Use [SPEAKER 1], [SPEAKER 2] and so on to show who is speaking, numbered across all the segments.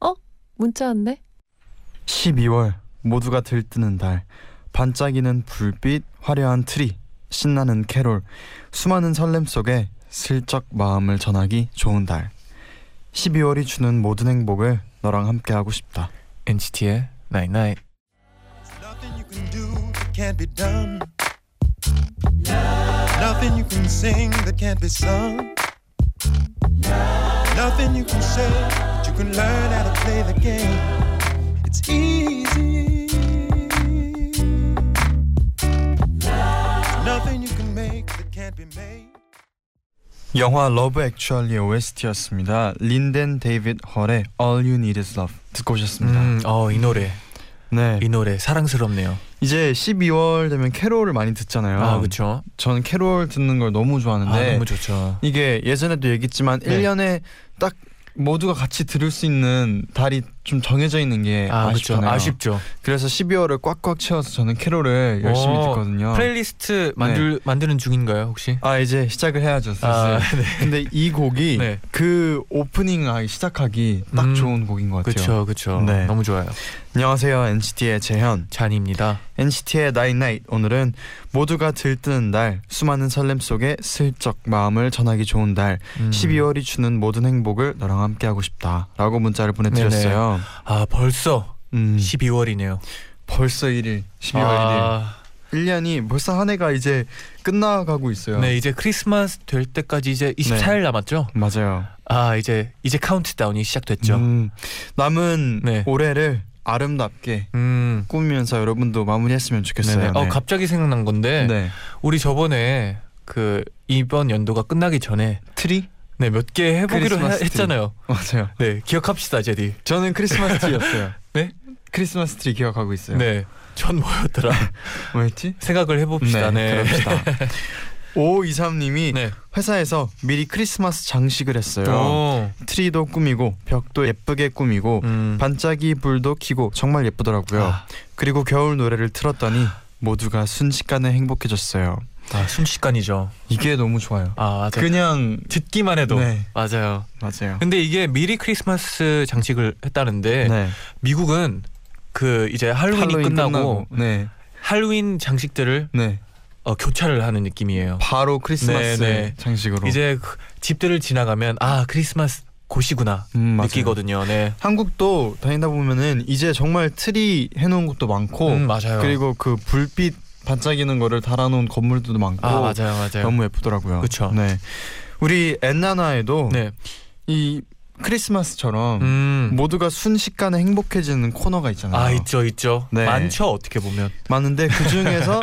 [SPEAKER 1] 어? 문자 왔네?
[SPEAKER 2] 12월 모두가 들뜨는 달 반짝이는 불빛 화려한 트리 신나는 캐롤 수많은 설렘 속에 슬쩍 마음을 전하기 좋은 달 12월이 주는 모든 행복을 너랑 함께 하고 싶다
[SPEAKER 3] NCT의 Night Night.
[SPEAKER 4] Nothing you can do that can't be done. Nothing you can sing that can't be sung. Nothing you can say that you can learn how to play the game. It's easy. Nothing you can make that can't be made.
[SPEAKER 2] 영화 러브 액츄얼리 OST였습니다 린덴 데이빗 헐의 All You Need Is Love 듣고 오셨습니다
[SPEAKER 3] 음, 어이 노래,
[SPEAKER 2] 네
[SPEAKER 3] 이 노래 사랑스럽네요.
[SPEAKER 2] 이제 12월 되면 캐롤을 많이 듣잖아요 네.
[SPEAKER 3] 아 그렇죠.
[SPEAKER 2] 저는 캐롤 듣는 걸 너무 좋아하는데
[SPEAKER 3] 아 너무 좋죠.
[SPEAKER 2] 이게 예전에도 얘기했지만
[SPEAKER 3] 네.
[SPEAKER 2] 1년에 딱 모두가 같이 들을 수 있는 달이 좀 정해져 있는 게
[SPEAKER 3] 아
[SPEAKER 2] 아, 쉽
[SPEAKER 3] 그렇죠.
[SPEAKER 2] 잖아요
[SPEAKER 3] 아쉽죠.
[SPEAKER 2] 그래서 12월을 꽉꽉 채워서 저는 캐롤을 열심히
[SPEAKER 3] 오,
[SPEAKER 2] 듣거든요. 네.
[SPEAKER 3] 플레이리스트 만들 만드는 중인가요 혹시?
[SPEAKER 2] 아 이제 시작을 해야죠. 슬슬.
[SPEAKER 3] 네.
[SPEAKER 2] 근데 이 곡이
[SPEAKER 3] 네.
[SPEAKER 2] 그 오프닝 하기 시작하기 딱
[SPEAKER 3] 음,
[SPEAKER 2] 좋은 곡인 것
[SPEAKER 3] 그렇죠,
[SPEAKER 2] 같아요.
[SPEAKER 3] 그렇죠.
[SPEAKER 2] 네.
[SPEAKER 3] 너무 좋아요.
[SPEAKER 2] 안녕하세요 NCT의 재현.
[SPEAKER 3] 잔입니다.
[SPEAKER 2] NCT의 Night Night 오늘은 모두가 들뜨는 날 수많은 설렘 속에 슬쩍 마음을 전하기 좋은 달
[SPEAKER 3] 음.
[SPEAKER 2] 12월이 주는 모든 행복을 너랑 함께 하고 싶다라고 문자를 보내드렸어요.
[SPEAKER 3] 아 벌써
[SPEAKER 2] 음,
[SPEAKER 3] 12월이네요.
[SPEAKER 2] 벌써 1일, 12월
[SPEAKER 3] 아.
[SPEAKER 2] 1일. 1년이 벌써 한 해가 이제 끝나가고 있어요.
[SPEAKER 3] 네 이제 크리스마스 될 때까지 이제 24일
[SPEAKER 2] 네.
[SPEAKER 3] 남았죠.
[SPEAKER 2] 맞아요.
[SPEAKER 3] 아 이제 이제 카운트다운이 시작됐죠. 음,
[SPEAKER 2] 음, 남은
[SPEAKER 3] 네.
[SPEAKER 2] 올해를 아름답게 꾸미면서 여러분도 마무리했으면
[SPEAKER 3] 네네.
[SPEAKER 2] 좋겠어요.
[SPEAKER 3] 음. 어
[SPEAKER 2] 네.
[SPEAKER 3] 갑자기 생각난 건데
[SPEAKER 2] 네.
[SPEAKER 3] 우리 저번에 그 이번 연도가 끝나기 전에
[SPEAKER 2] 트리?
[SPEAKER 3] 네 몇 개 해보기로 해-
[SPEAKER 2] 크리스마스 트리.
[SPEAKER 3] 했잖아요.
[SPEAKER 2] 맞아요.
[SPEAKER 3] 네 기억합시다 제디.
[SPEAKER 2] 저는 크리스마스 트리였어요.
[SPEAKER 3] 네?
[SPEAKER 2] 크리스마스 트리 기억하고 있어요.
[SPEAKER 3] 네전 뭐였더라
[SPEAKER 2] 뭐였지?
[SPEAKER 3] 생각을 해봅시다. 네.
[SPEAKER 2] 그럽시다. 523님이
[SPEAKER 3] 네.
[SPEAKER 2] 회사에서 미리 크리스마스 장식을 했어요. 뭐,
[SPEAKER 3] 오.
[SPEAKER 2] 트리도 꾸미고 벽도 예쁘게 꾸미고
[SPEAKER 3] 음.
[SPEAKER 2] 반짝이 불도 켜고 정말 예쁘더라고요.
[SPEAKER 3] 아.
[SPEAKER 2] 그리고 겨울 노래를 틀었더니 모두가 순식간에 행복해졌어요.
[SPEAKER 3] 아, 순식간이죠.
[SPEAKER 2] 이게 너무 좋아요.
[SPEAKER 3] 아 맞아요.
[SPEAKER 2] 그냥
[SPEAKER 3] 듣기만 해도
[SPEAKER 2] 네.
[SPEAKER 3] 맞아요.
[SPEAKER 2] 맞아요.
[SPEAKER 3] 근데 이게 미리 크리스마스 장식을 했다는데
[SPEAKER 2] 네.
[SPEAKER 3] 미국은 그 이제 네. 할로윈이 끝나고,
[SPEAKER 2] 네.
[SPEAKER 3] 할로윈 장식들을
[SPEAKER 2] 네.
[SPEAKER 3] 어, 교차를 하는 느낌이에요.
[SPEAKER 2] 바로
[SPEAKER 3] 네,
[SPEAKER 2] 크리스마스
[SPEAKER 3] 네.
[SPEAKER 2] 장식으로
[SPEAKER 3] 이제 그 집들을 지나가면 아 크리스마스 곳이구나
[SPEAKER 2] 음, 맞아요.
[SPEAKER 3] 느끼거든요. 네.
[SPEAKER 2] 한국도 다니다 보면은 이제 정말 트리 해 놓은 곳도 많고
[SPEAKER 3] 음, 맞아요.
[SPEAKER 2] 그리고 그 불빛 반짝이는 거를 달아 놓은 건물들도 많고
[SPEAKER 3] 아 맞아요, 맞아요.
[SPEAKER 2] 너무 예쁘더라고요.
[SPEAKER 3] 그쵸.
[SPEAKER 2] 네. 우리 엔나나에도
[SPEAKER 3] 네.
[SPEAKER 2] 이 크리스마스처럼
[SPEAKER 3] 음.
[SPEAKER 2] 모두가 뭐. 순식간에 행복해지는 코너가 있잖아요.
[SPEAKER 3] 아 있죠, 있죠.
[SPEAKER 2] 네.
[SPEAKER 3] 많죠 어떻게 보면.
[SPEAKER 2] 많은데 그 중에서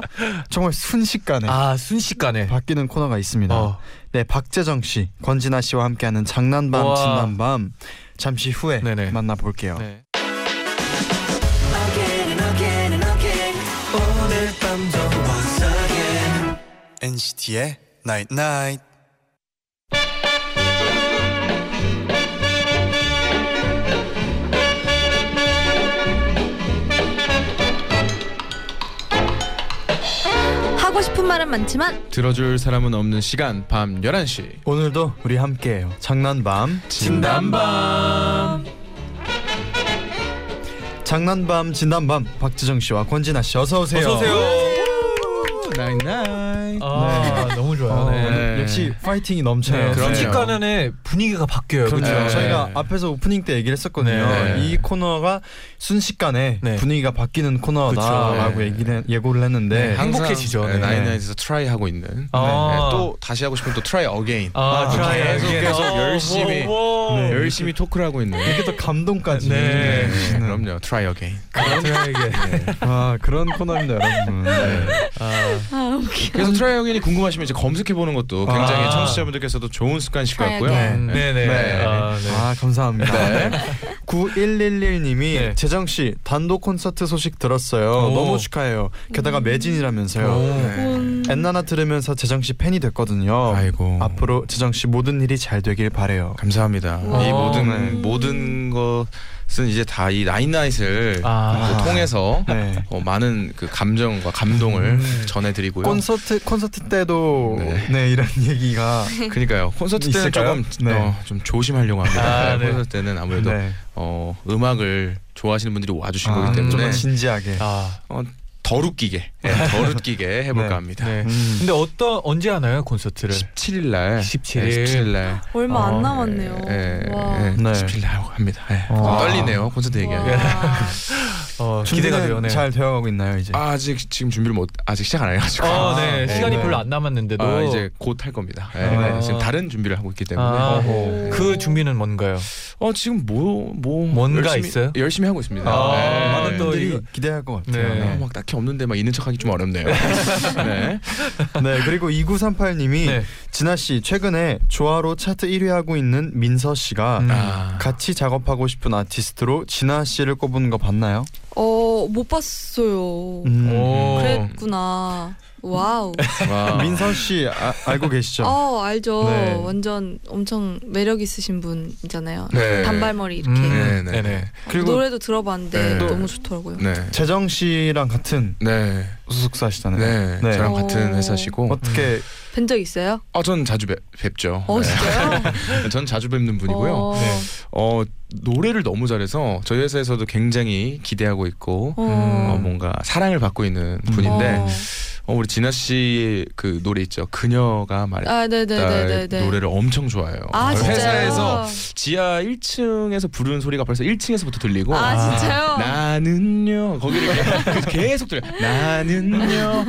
[SPEAKER 2] 정말 순식간에
[SPEAKER 3] 아 순식간에.
[SPEAKER 2] 네. 바뀌는 코너가 있습니다.
[SPEAKER 3] 어.
[SPEAKER 2] 네, 박재정 씨, 권진아 씨와 함께하는 장난밤
[SPEAKER 3] 우와.
[SPEAKER 2] 진난밤 잠시 후에
[SPEAKER 3] 네네.
[SPEAKER 2] 만나볼게요.
[SPEAKER 3] 네.
[SPEAKER 5] Again and again and again 오늘 밤도 once again
[SPEAKER 2] NCT의 Night Night.
[SPEAKER 1] 하고 싶은 말은 많지만
[SPEAKER 6] 들어줄 사람은 없는 시간 밤 11시
[SPEAKER 2] 오늘도 우리 함께해요. 장난밤
[SPEAKER 6] 진단밤
[SPEAKER 2] 장난밤 진난밤 박재정 씨와 권진아 씨 어서 오세요.
[SPEAKER 3] 어서 오세요.
[SPEAKER 6] 나잇나잇
[SPEAKER 3] 아 너무 좋아요.
[SPEAKER 2] 어,
[SPEAKER 3] 네.
[SPEAKER 2] 오늘 역시 파이팅이 넘쳐요.
[SPEAKER 3] 네,
[SPEAKER 6] 그럼요.
[SPEAKER 3] 순식간에 분위기가 바뀌어요.
[SPEAKER 2] 그렇죠.
[SPEAKER 6] 네.
[SPEAKER 2] 저희가 앞에서 오프닝 때 얘기를 했었거든요.
[SPEAKER 6] 네.
[SPEAKER 2] 이 코너가 순식간에
[SPEAKER 3] 네.
[SPEAKER 2] 분위기가 바뀌는 코너다라고
[SPEAKER 6] 그쵸.
[SPEAKER 2] 얘기를 예고를 했는데
[SPEAKER 3] 네. 행복해지죠.
[SPEAKER 6] 네,
[SPEAKER 3] 네.
[SPEAKER 6] 나잇나잇에서 트라이 하고 있는
[SPEAKER 3] 아.
[SPEAKER 6] 네, 또 다시 하고 싶으면 또 트라이 어게인
[SPEAKER 3] 아,
[SPEAKER 2] 아,
[SPEAKER 3] 좋아요.
[SPEAKER 6] 계속,
[SPEAKER 3] 이게.
[SPEAKER 6] 계속
[SPEAKER 3] 어,
[SPEAKER 6] 열심히.
[SPEAKER 3] 워, 워.
[SPEAKER 2] 네.
[SPEAKER 6] 열심히 토크를 하고 있는
[SPEAKER 2] 이게 또 감동까지.
[SPEAKER 3] 네.
[SPEAKER 2] 주시는.
[SPEAKER 6] 그럼요 트라이 어게인
[SPEAKER 3] 그런 트라이게.
[SPEAKER 2] 아 그런 코너입니다, 여러분. 네.
[SPEAKER 3] 아,
[SPEAKER 1] 아 웃겨
[SPEAKER 6] 그래서 트라이 어게인이 궁금하시면 이제 검색해보는 것도 굉장히
[SPEAKER 3] 아.
[SPEAKER 6] 청취자분들께서도 좋은 습관이실 것 같고요
[SPEAKER 1] 트라이
[SPEAKER 3] 네네.
[SPEAKER 2] 네.
[SPEAKER 3] 아, 네.
[SPEAKER 2] 아 감사합니다.
[SPEAKER 6] 네.
[SPEAKER 2] 9111님이
[SPEAKER 3] 네.
[SPEAKER 2] 재정 씨 단독 콘서트 소식 들었어요.
[SPEAKER 3] 오.
[SPEAKER 2] 너무 축하해요. 게다가 매진이라면서요. 엔나나 들으면서 재정 씨 팬이 됐거든요.
[SPEAKER 6] 아이고.
[SPEAKER 2] 앞으로 재정 씨 모든 일이 잘 되길 바래요.
[SPEAKER 6] 감사합니다.
[SPEAKER 3] 아.
[SPEAKER 1] 와.
[SPEAKER 6] 이 모든
[SPEAKER 2] 네.
[SPEAKER 6] 모든 것은 이제 다 이 나인나잇을
[SPEAKER 3] 아.
[SPEAKER 6] 뭐 통해서
[SPEAKER 2] 네.
[SPEAKER 6] 어, 많은 그 감정과 감동을
[SPEAKER 3] 음.
[SPEAKER 6] 전해드리고요.
[SPEAKER 2] 콘서트 콘서트 때도 네,
[SPEAKER 6] 네.
[SPEAKER 2] 이런 얘기가
[SPEAKER 6] 음. 그러니까요. 콘서트 때는
[SPEAKER 2] 있을까요?
[SPEAKER 6] 조금
[SPEAKER 2] 네.
[SPEAKER 6] 어, 좀 조심하려고 합니다.
[SPEAKER 3] 아, 네.
[SPEAKER 6] 콘서트 때는 아무래도
[SPEAKER 2] 네.
[SPEAKER 6] 어, 음악을 좋아하시는 분들이 와주신
[SPEAKER 2] 아,
[SPEAKER 6] 거기 때문에
[SPEAKER 2] 좀더 진지하게.
[SPEAKER 3] 아,
[SPEAKER 6] 덜 웃기게, 네, 덜 웃기게 해볼까
[SPEAKER 2] 네.
[SPEAKER 6] 합니다.
[SPEAKER 3] 네.
[SPEAKER 2] 음.
[SPEAKER 3] 근데 어떤 언제 하나요 콘서트를?
[SPEAKER 6] 17일 날,
[SPEAKER 3] 17일.
[SPEAKER 6] 네, 17일 날,
[SPEAKER 1] 얼마
[SPEAKER 3] 어,
[SPEAKER 1] 안 남았네요.
[SPEAKER 6] 예, 예,
[SPEAKER 1] 아, 와.
[SPEAKER 6] 예,
[SPEAKER 2] 네.
[SPEAKER 6] 17일 날 합니다. 예.
[SPEAKER 2] 아.
[SPEAKER 6] 좀 떨리네요 콘서트
[SPEAKER 1] 와.
[SPEAKER 6] 얘기하기.
[SPEAKER 3] 어, 기대가
[SPEAKER 2] 준비는
[SPEAKER 3] 돼요. 네.
[SPEAKER 2] 잘 되어가고 있나요 이제?
[SPEAKER 6] 아, 아직 지금 준비를 못 아직 시작 안 해가지고.
[SPEAKER 3] 어, 네.
[SPEAKER 2] 아,
[SPEAKER 3] 시간이
[SPEAKER 2] 네.
[SPEAKER 3] 별로 안 남았는데도
[SPEAKER 6] 아, 이제 곧 할 겁니다. 예,
[SPEAKER 2] 아.
[SPEAKER 6] 네, 지금 다른 준비를 하고 있기 때문에. 네.
[SPEAKER 3] 아,
[SPEAKER 2] 어허.
[SPEAKER 3] 그 준비는 뭔가요?
[SPEAKER 6] 어 지금 뭐뭐
[SPEAKER 3] 뭔가 있어요?
[SPEAKER 6] 열심히 하고 있습니다.
[SPEAKER 3] 아,
[SPEAKER 6] 네.
[SPEAKER 2] 많은
[SPEAKER 3] 또
[SPEAKER 2] 분들이
[SPEAKER 3] 이거-
[SPEAKER 2] 기대할 것 같아요.
[SPEAKER 3] 네.
[SPEAKER 2] 네.
[SPEAKER 6] 어, 막 딱히 없는데 막 있는 척하기 좀 어렵네요. 네.
[SPEAKER 2] 네 그리고 2938님이
[SPEAKER 3] 네.
[SPEAKER 2] 진아 씨 최근에 조화로 차트 1위 하고 있는 민서 씨가
[SPEAKER 3] 음.
[SPEAKER 6] 아,
[SPEAKER 2] 같이 작업하고 싶은 아티스트로 진아 씨를 꼽은 거 봤나요?
[SPEAKER 7] 어, 못 봤어요.
[SPEAKER 2] 음.
[SPEAKER 3] 오.
[SPEAKER 7] 그랬구나. 와우.
[SPEAKER 6] 와.
[SPEAKER 2] 민서 씨 아, 알고 계시죠?
[SPEAKER 7] 어, 알죠.
[SPEAKER 2] 네.
[SPEAKER 7] 완전 엄청 매력 있으신 분이잖아요.
[SPEAKER 6] 네.
[SPEAKER 7] 단발머리 이렇게.
[SPEAKER 3] 음,
[SPEAKER 6] 네, 네.
[SPEAKER 3] 네네.
[SPEAKER 2] 그리고
[SPEAKER 7] 노래도 들어봤는데
[SPEAKER 6] 네.
[SPEAKER 7] 너무 좋더라고요.
[SPEAKER 6] 네.
[SPEAKER 2] 재정 씨랑 같은
[SPEAKER 6] 네.
[SPEAKER 2] 소속사시잖아요.
[SPEAKER 6] 네.
[SPEAKER 2] 네.
[SPEAKER 6] 저랑
[SPEAKER 7] 어.
[SPEAKER 6] 같은 회사시고.
[SPEAKER 2] 어떻게
[SPEAKER 7] 뵌 적 있어요?
[SPEAKER 6] 아, 전 자주 뵙, 뵙죠.
[SPEAKER 7] 어, 진짜요?
[SPEAKER 6] 네. 전 자주 뵙는 분이고요.
[SPEAKER 7] 어,
[SPEAKER 3] 네.
[SPEAKER 6] 어, 노래를 너무 잘해서 저희 회사에서도 굉장히 기대하고 있고
[SPEAKER 7] 어. 음.
[SPEAKER 6] 어, 뭔가 사랑을 받고 있는 분인데 어, 우리 진아 씨의 그 노래 있죠. 그녀가 말했다.
[SPEAKER 7] 아, 네네네네네.
[SPEAKER 6] 노래를 엄청 좋아해요.
[SPEAKER 7] 아,
[SPEAKER 6] 저희
[SPEAKER 7] 진짜요?
[SPEAKER 6] 회사에서 지하 1층에서 부르는 소리가 벌써 1층에서부터 들리고
[SPEAKER 7] 아, 진짜요?
[SPEAKER 6] 나는요 거기를
[SPEAKER 7] 네.
[SPEAKER 6] 계속- 계속 들려 나는요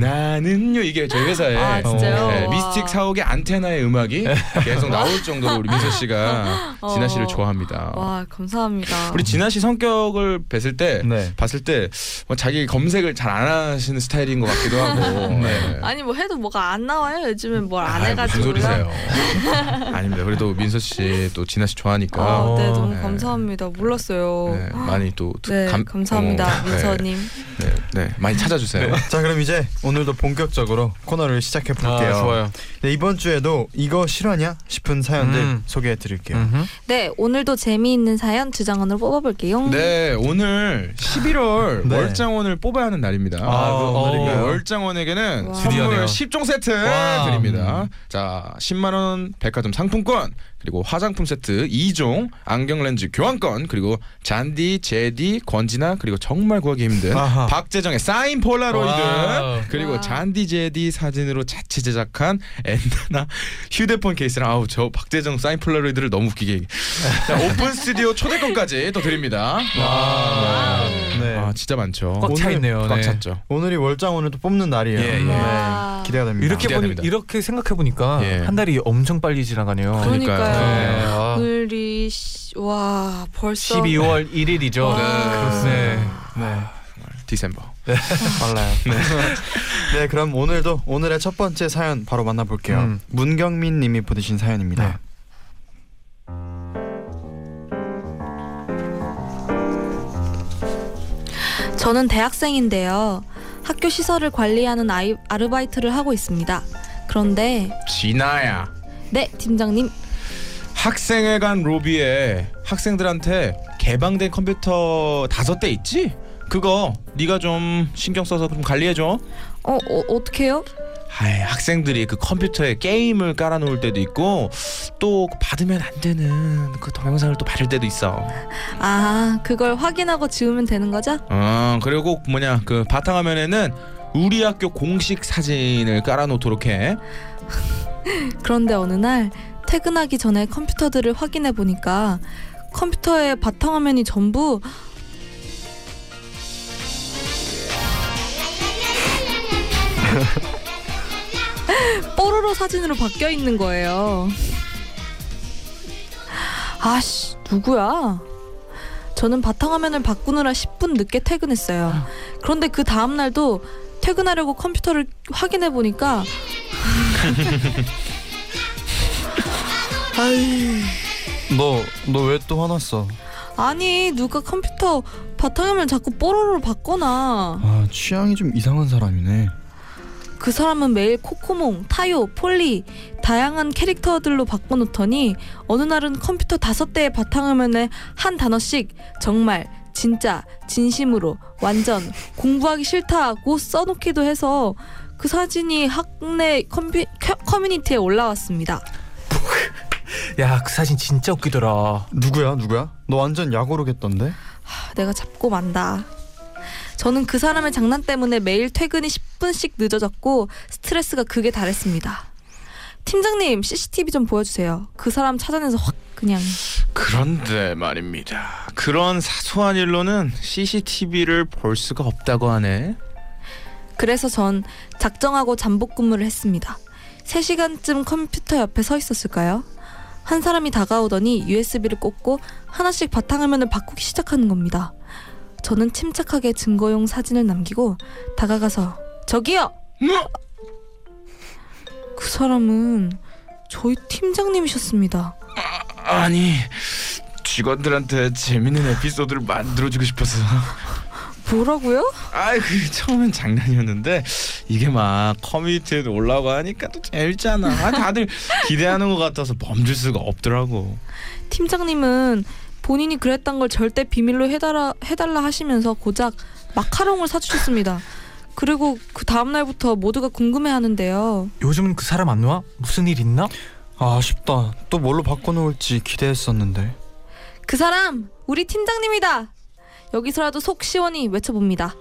[SPEAKER 6] 나는요 이게 저희 회사에
[SPEAKER 7] 음. 아, 진짜요?
[SPEAKER 6] 네,
[SPEAKER 7] 와.
[SPEAKER 6] 미스틱 사옥의 안테나의 음악이 계속 나올 정도로 우리 민서 씨가
[SPEAKER 7] 어.
[SPEAKER 6] 진아 씨를 좋아합니다.
[SPEAKER 7] 와, 감사합니다.
[SPEAKER 6] 우리 진아 씨 성격을 뵀을 때
[SPEAKER 2] 네.
[SPEAKER 6] 봤을 때뭐 자기 검색을 잘 안 하시는 스타일인 것 같기도 하고 네.
[SPEAKER 7] 아니 뭐 해도 뭐가 안 나와요. 요즘엔 뭘 안
[SPEAKER 6] 아이,
[SPEAKER 7] 해가지고.
[SPEAKER 6] 무슨 소리세요? 아닙니다. 그래도 민서 씨, 또 진아 씨 좋아하니까
[SPEAKER 7] 아, 네, 너무
[SPEAKER 6] 네.
[SPEAKER 7] 감사합니다. 몰랐어요.
[SPEAKER 6] 네, 많이 또 듣-
[SPEAKER 7] 네,
[SPEAKER 6] 감-
[SPEAKER 7] 감사합니다,
[SPEAKER 6] 어,
[SPEAKER 7] 민서님.
[SPEAKER 6] 네, 네, 네, 많이 찾아주세요.
[SPEAKER 2] 자 그럼 이제 오늘도 본격적으로 코너를 시작해
[SPEAKER 3] 아,
[SPEAKER 2] 볼게요. 네, 이번 주에도 이거 실화냐 싶은 사연들
[SPEAKER 3] 음.
[SPEAKER 2] 소개해 드릴게요.
[SPEAKER 3] 음흠.
[SPEAKER 7] 네, 오늘도 재미있는 사연 두 장안으로 뽑아볼게요.
[SPEAKER 6] 네, 오늘 11월
[SPEAKER 2] 네.
[SPEAKER 6] 월장원을 뽑아야 하는 날입니다.
[SPEAKER 2] 아, 그럼
[SPEAKER 3] 어,
[SPEAKER 6] 네,
[SPEAKER 2] 오늘인가요?
[SPEAKER 6] 월장원에게는
[SPEAKER 7] 와.
[SPEAKER 3] 드디어네요.
[SPEAKER 6] 선물 10종 세트
[SPEAKER 3] 와. 음.
[SPEAKER 6] 드립니다. 자, 10만 원 백화점 상품권, 그리고 화장품 세트 2종, 안경 렌즈 교환권, 그리고 잔디, 제디, 권지나 그리고 정말 구하기 힘든
[SPEAKER 2] 아하.
[SPEAKER 6] 박재정의 사인 폴라로이드,
[SPEAKER 3] 와우.
[SPEAKER 6] 그리고
[SPEAKER 7] 와.
[SPEAKER 6] 잔디 제디 사진으로 자체 제작한 엔나나 휴대폰 케이스랑 아우 저 박재정 사인 폴라로이드를 너무 웃기게 얘기- 자, 오픈 스튜디오 초대권까지 또 드립니다. 와.
[SPEAKER 2] 네.
[SPEAKER 6] 아 진짜 많죠.
[SPEAKER 3] 꽉차
[SPEAKER 6] 오늘
[SPEAKER 3] 있네요.
[SPEAKER 6] 꽉
[SPEAKER 3] 네.
[SPEAKER 6] 찼죠.
[SPEAKER 2] 오늘이 월장원을 또 뽑는 날이에요.
[SPEAKER 6] 예, 예.
[SPEAKER 2] 네. 기대가 됩니다.
[SPEAKER 3] 이렇게 보니,
[SPEAKER 6] 기대됩니다.
[SPEAKER 3] 이렇게 생각해 보니까
[SPEAKER 6] 예.
[SPEAKER 3] 한 달이 엄청 빨리 지나가네요.
[SPEAKER 7] 그러니까요.
[SPEAKER 3] 네. 아.
[SPEAKER 7] 오늘이 시- 와 벌써
[SPEAKER 3] 12월 1일이죠.
[SPEAKER 7] 와.
[SPEAKER 3] 네.
[SPEAKER 2] 네.
[SPEAKER 6] 디셈버.
[SPEAKER 2] 빨라요. 네, 그럼 오늘도 오늘의 첫 번째 사연 바로 만나볼게요.
[SPEAKER 3] 음.
[SPEAKER 2] 문경민 님이 보내신 사연입니다.
[SPEAKER 7] 저는 대학생인데요. 학교 시설을 관리하는 아이, 아르바이트를 하고 있습니다. 그런데
[SPEAKER 6] 진아야.
[SPEAKER 7] 네 팀장님
[SPEAKER 6] 학생회관 로비에 학생들한테 개방된 컴퓨터 다섯 대 있지? 그거 네가 좀 신경 써서 좀 관리해 줘.
[SPEAKER 7] 어, 어 어떡해요?
[SPEAKER 6] 아이, 학생들이 그 컴퓨터에 게임을 깔아놓을 때도 있고 또 받으면 안 되는 그 동영상을 또 받을 때도 있어.
[SPEAKER 7] 아 그걸 확인하고 지우면 되는 거죠?
[SPEAKER 6] 아 그리고 뭐냐 그 바탕화면에는 우리 학교 공식 사진을 깔아놓도록 해.
[SPEAKER 7] 그런데 어느 날 퇴근하기 전에 컴퓨터들을 확인해 보니까 컴퓨터의 바탕화면이 전부 뽀로로 사진으로 바뀌어 있는 거예요. 아씨, 누구야? 저는 바탕화면을 바꾸느라 10분 늦게 퇴근했어요. 그런데 그 다음 날도 퇴근하려고 컴퓨터를 확인해 보니까 아이
[SPEAKER 2] 너너 왜 또 화났어?
[SPEAKER 7] 아니 누가 컴퓨터 바탕화면 자꾸 뽀로로 바꿔놔
[SPEAKER 2] 아 취향이 좀 이상한 사람이네.
[SPEAKER 7] 그 사람은 매일 코코몽, 타요, 폴리 다양한 캐릭터들로 바꿔놓더니 어느 날은 컴퓨터 다섯 대의 바탕화면에 한 단어씩 정말, 진짜, 진심으로, 완전, 공부하기 싫다고 써놓기도 해서 그 사진이 학내 컴퓨, 켜- 커뮤니티에 올라왔습니다.
[SPEAKER 3] 야, 그 사진 진짜 웃기더라.
[SPEAKER 2] 누구야 누구야? 너 완전 약오르겠던데?
[SPEAKER 7] 아, 내가 잡고 만다. 저는 그 사람의 장난 때문에 매일 퇴근이 10분씩 늦어졌고 스트레스가 극에 달했습니다. 팀장님 CCTV 좀 보여주세요. 그 사람 찾아내서 확 그냥
[SPEAKER 6] 그런데 말입니다. 그런 사소한 일로는 CCTV를 볼 수가 없다고 하네.
[SPEAKER 7] 그래서 전 작정하고 잠복 근무를 했습니다. 3시간쯤 컴퓨터 옆에 서 있었을까요? 한 사람이 다가오더니 USB를 꽂고 하나씩 바탕화면을 바꾸기 시작하는 겁니다. 저는 침착하게 증거용 사진을 남기고 다가가서 저기요!
[SPEAKER 6] 뭐?
[SPEAKER 7] 그 사람은 저희 팀장님이셨습니다.
[SPEAKER 6] 아니 직원들한테 재밌는 에피소드를 만들어주고 싶어서.
[SPEAKER 7] 뭐라고요?
[SPEAKER 6] 아이 그 처음엔 장난이었는데 이게 막 커뮤니티에 올라가 하니까 또 재밌잖아. 아, 다들 기대하는 것 같아서 멈출 수가 없더라고.
[SPEAKER 7] 팀장님은 본인이 그랬던 걸 절대 비밀로 해달라, 해달라 하시면서 고작 마카롱을 사주셨습니다. 그리고 그 다음 날부터 모두가 궁금해하는데요.
[SPEAKER 3] 요즘 그 사람 안 와? 무슨 일 있나?
[SPEAKER 2] 아 아쉽다. 또 뭘로 바꿔놓을지 기대했었는데.
[SPEAKER 7] 그 사람 우리 팀장님이다. 여기서라도 속 시원히 외쳐봅니다.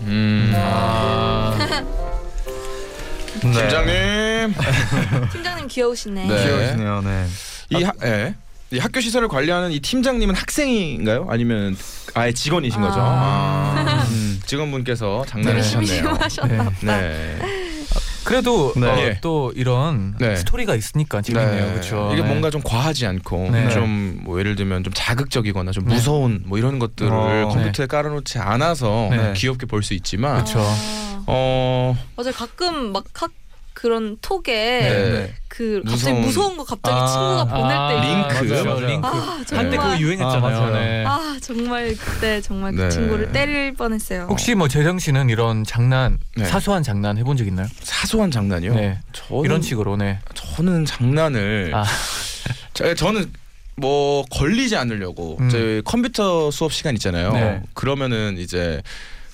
[SPEAKER 6] 음.
[SPEAKER 3] 네.
[SPEAKER 6] 네. 팀장님.
[SPEAKER 7] 팀장님 귀여우시네.
[SPEAKER 6] 네.
[SPEAKER 2] 귀여우시네요. 네.
[SPEAKER 6] 이 학, 예. 이 학교 시설을 관리하는 이 팀장님은 학생인가요? 아니면 아예 직원이신 거죠? 아.
[SPEAKER 2] 음.
[SPEAKER 6] 직원분께서
[SPEAKER 7] 되게
[SPEAKER 6] 장난을 하셨네요.
[SPEAKER 7] 심심하셨나 보다.
[SPEAKER 6] 네.
[SPEAKER 3] 그래도
[SPEAKER 2] 네.
[SPEAKER 3] 어,
[SPEAKER 6] 예.
[SPEAKER 3] 또 이런
[SPEAKER 6] 네.
[SPEAKER 3] 스토리가 있으니까 재밌네요.
[SPEAKER 6] 네.
[SPEAKER 3] 그렇죠.
[SPEAKER 6] 이게
[SPEAKER 3] 네.
[SPEAKER 6] 뭔가 좀 과하지 않고
[SPEAKER 3] 네.
[SPEAKER 6] 좀뭐 예를 들면 좀 자극적이거나 좀
[SPEAKER 3] 네.
[SPEAKER 6] 무서운 뭐 이런 것들을
[SPEAKER 2] 어.
[SPEAKER 6] 컴퓨터에 깔아놓지 않아서
[SPEAKER 3] 네.
[SPEAKER 6] 귀엽게 볼 수 있지만
[SPEAKER 3] 그쵸.
[SPEAKER 7] 아,
[SPEAKER 6] 어
[SPEAKER 7] 맞아요. 가끔 막 학, 그런 톡에
[SPEAKER 6] 네.
[SPEAKER 7] 그
[SPEAKER 6] 무서운-
[SPEAKER 7] 갑자기 무서운 거 갑자기
[SPEAKER 2] 아,
[SPEAKER 7] 친구가 보낼 때 있어요.
[SPEAKER 6] 링크.
[SPEAKER 3] 맞아요,
[SPEAKER 6] 맞아요.
[SPEAKER 3] 링크. 그
[SPEAKER 7] 아
[SPEAKER 3] 한때
[SPEAKER 7] 정말
[SPEAKER 3] 그거 유행했잖아요.
[SPEAKER 2] 아, 맞아요.
[SPEAKER 3] 네.
[SPEAKER 7] 아 정말 그때 정말 그
[SPEAKER 6] 네.
[SPEAKER 7] 친구를 때릴 뻔했어요.
[SPEAKER 3] 혹시 뭐 재정 씨는 이런 장난
[SPEAKER 6] 네.
[SPEAKER 3] 사소한 장난 해본 적 있나요?
[SPEAKER 6] 사소한 장난이요.
[SPEAKER 3] 네.
[SPEAKER 6] 저는
[SPEAKER 3] 이런 식으로 네.
[SPEAKER 6] 저는 장난을
[SPEAKER 3] 아.
[SPEAKER 6] 저, 저는 뭐 걸리지 않으려고
[SPEAKER 3] 음.
[SPEAKER 6] 저희 컴퓨터 수업 시간 있잖아요.
[SPEAKER 3] 네.
[SPEAKER 6] 그러면은 이제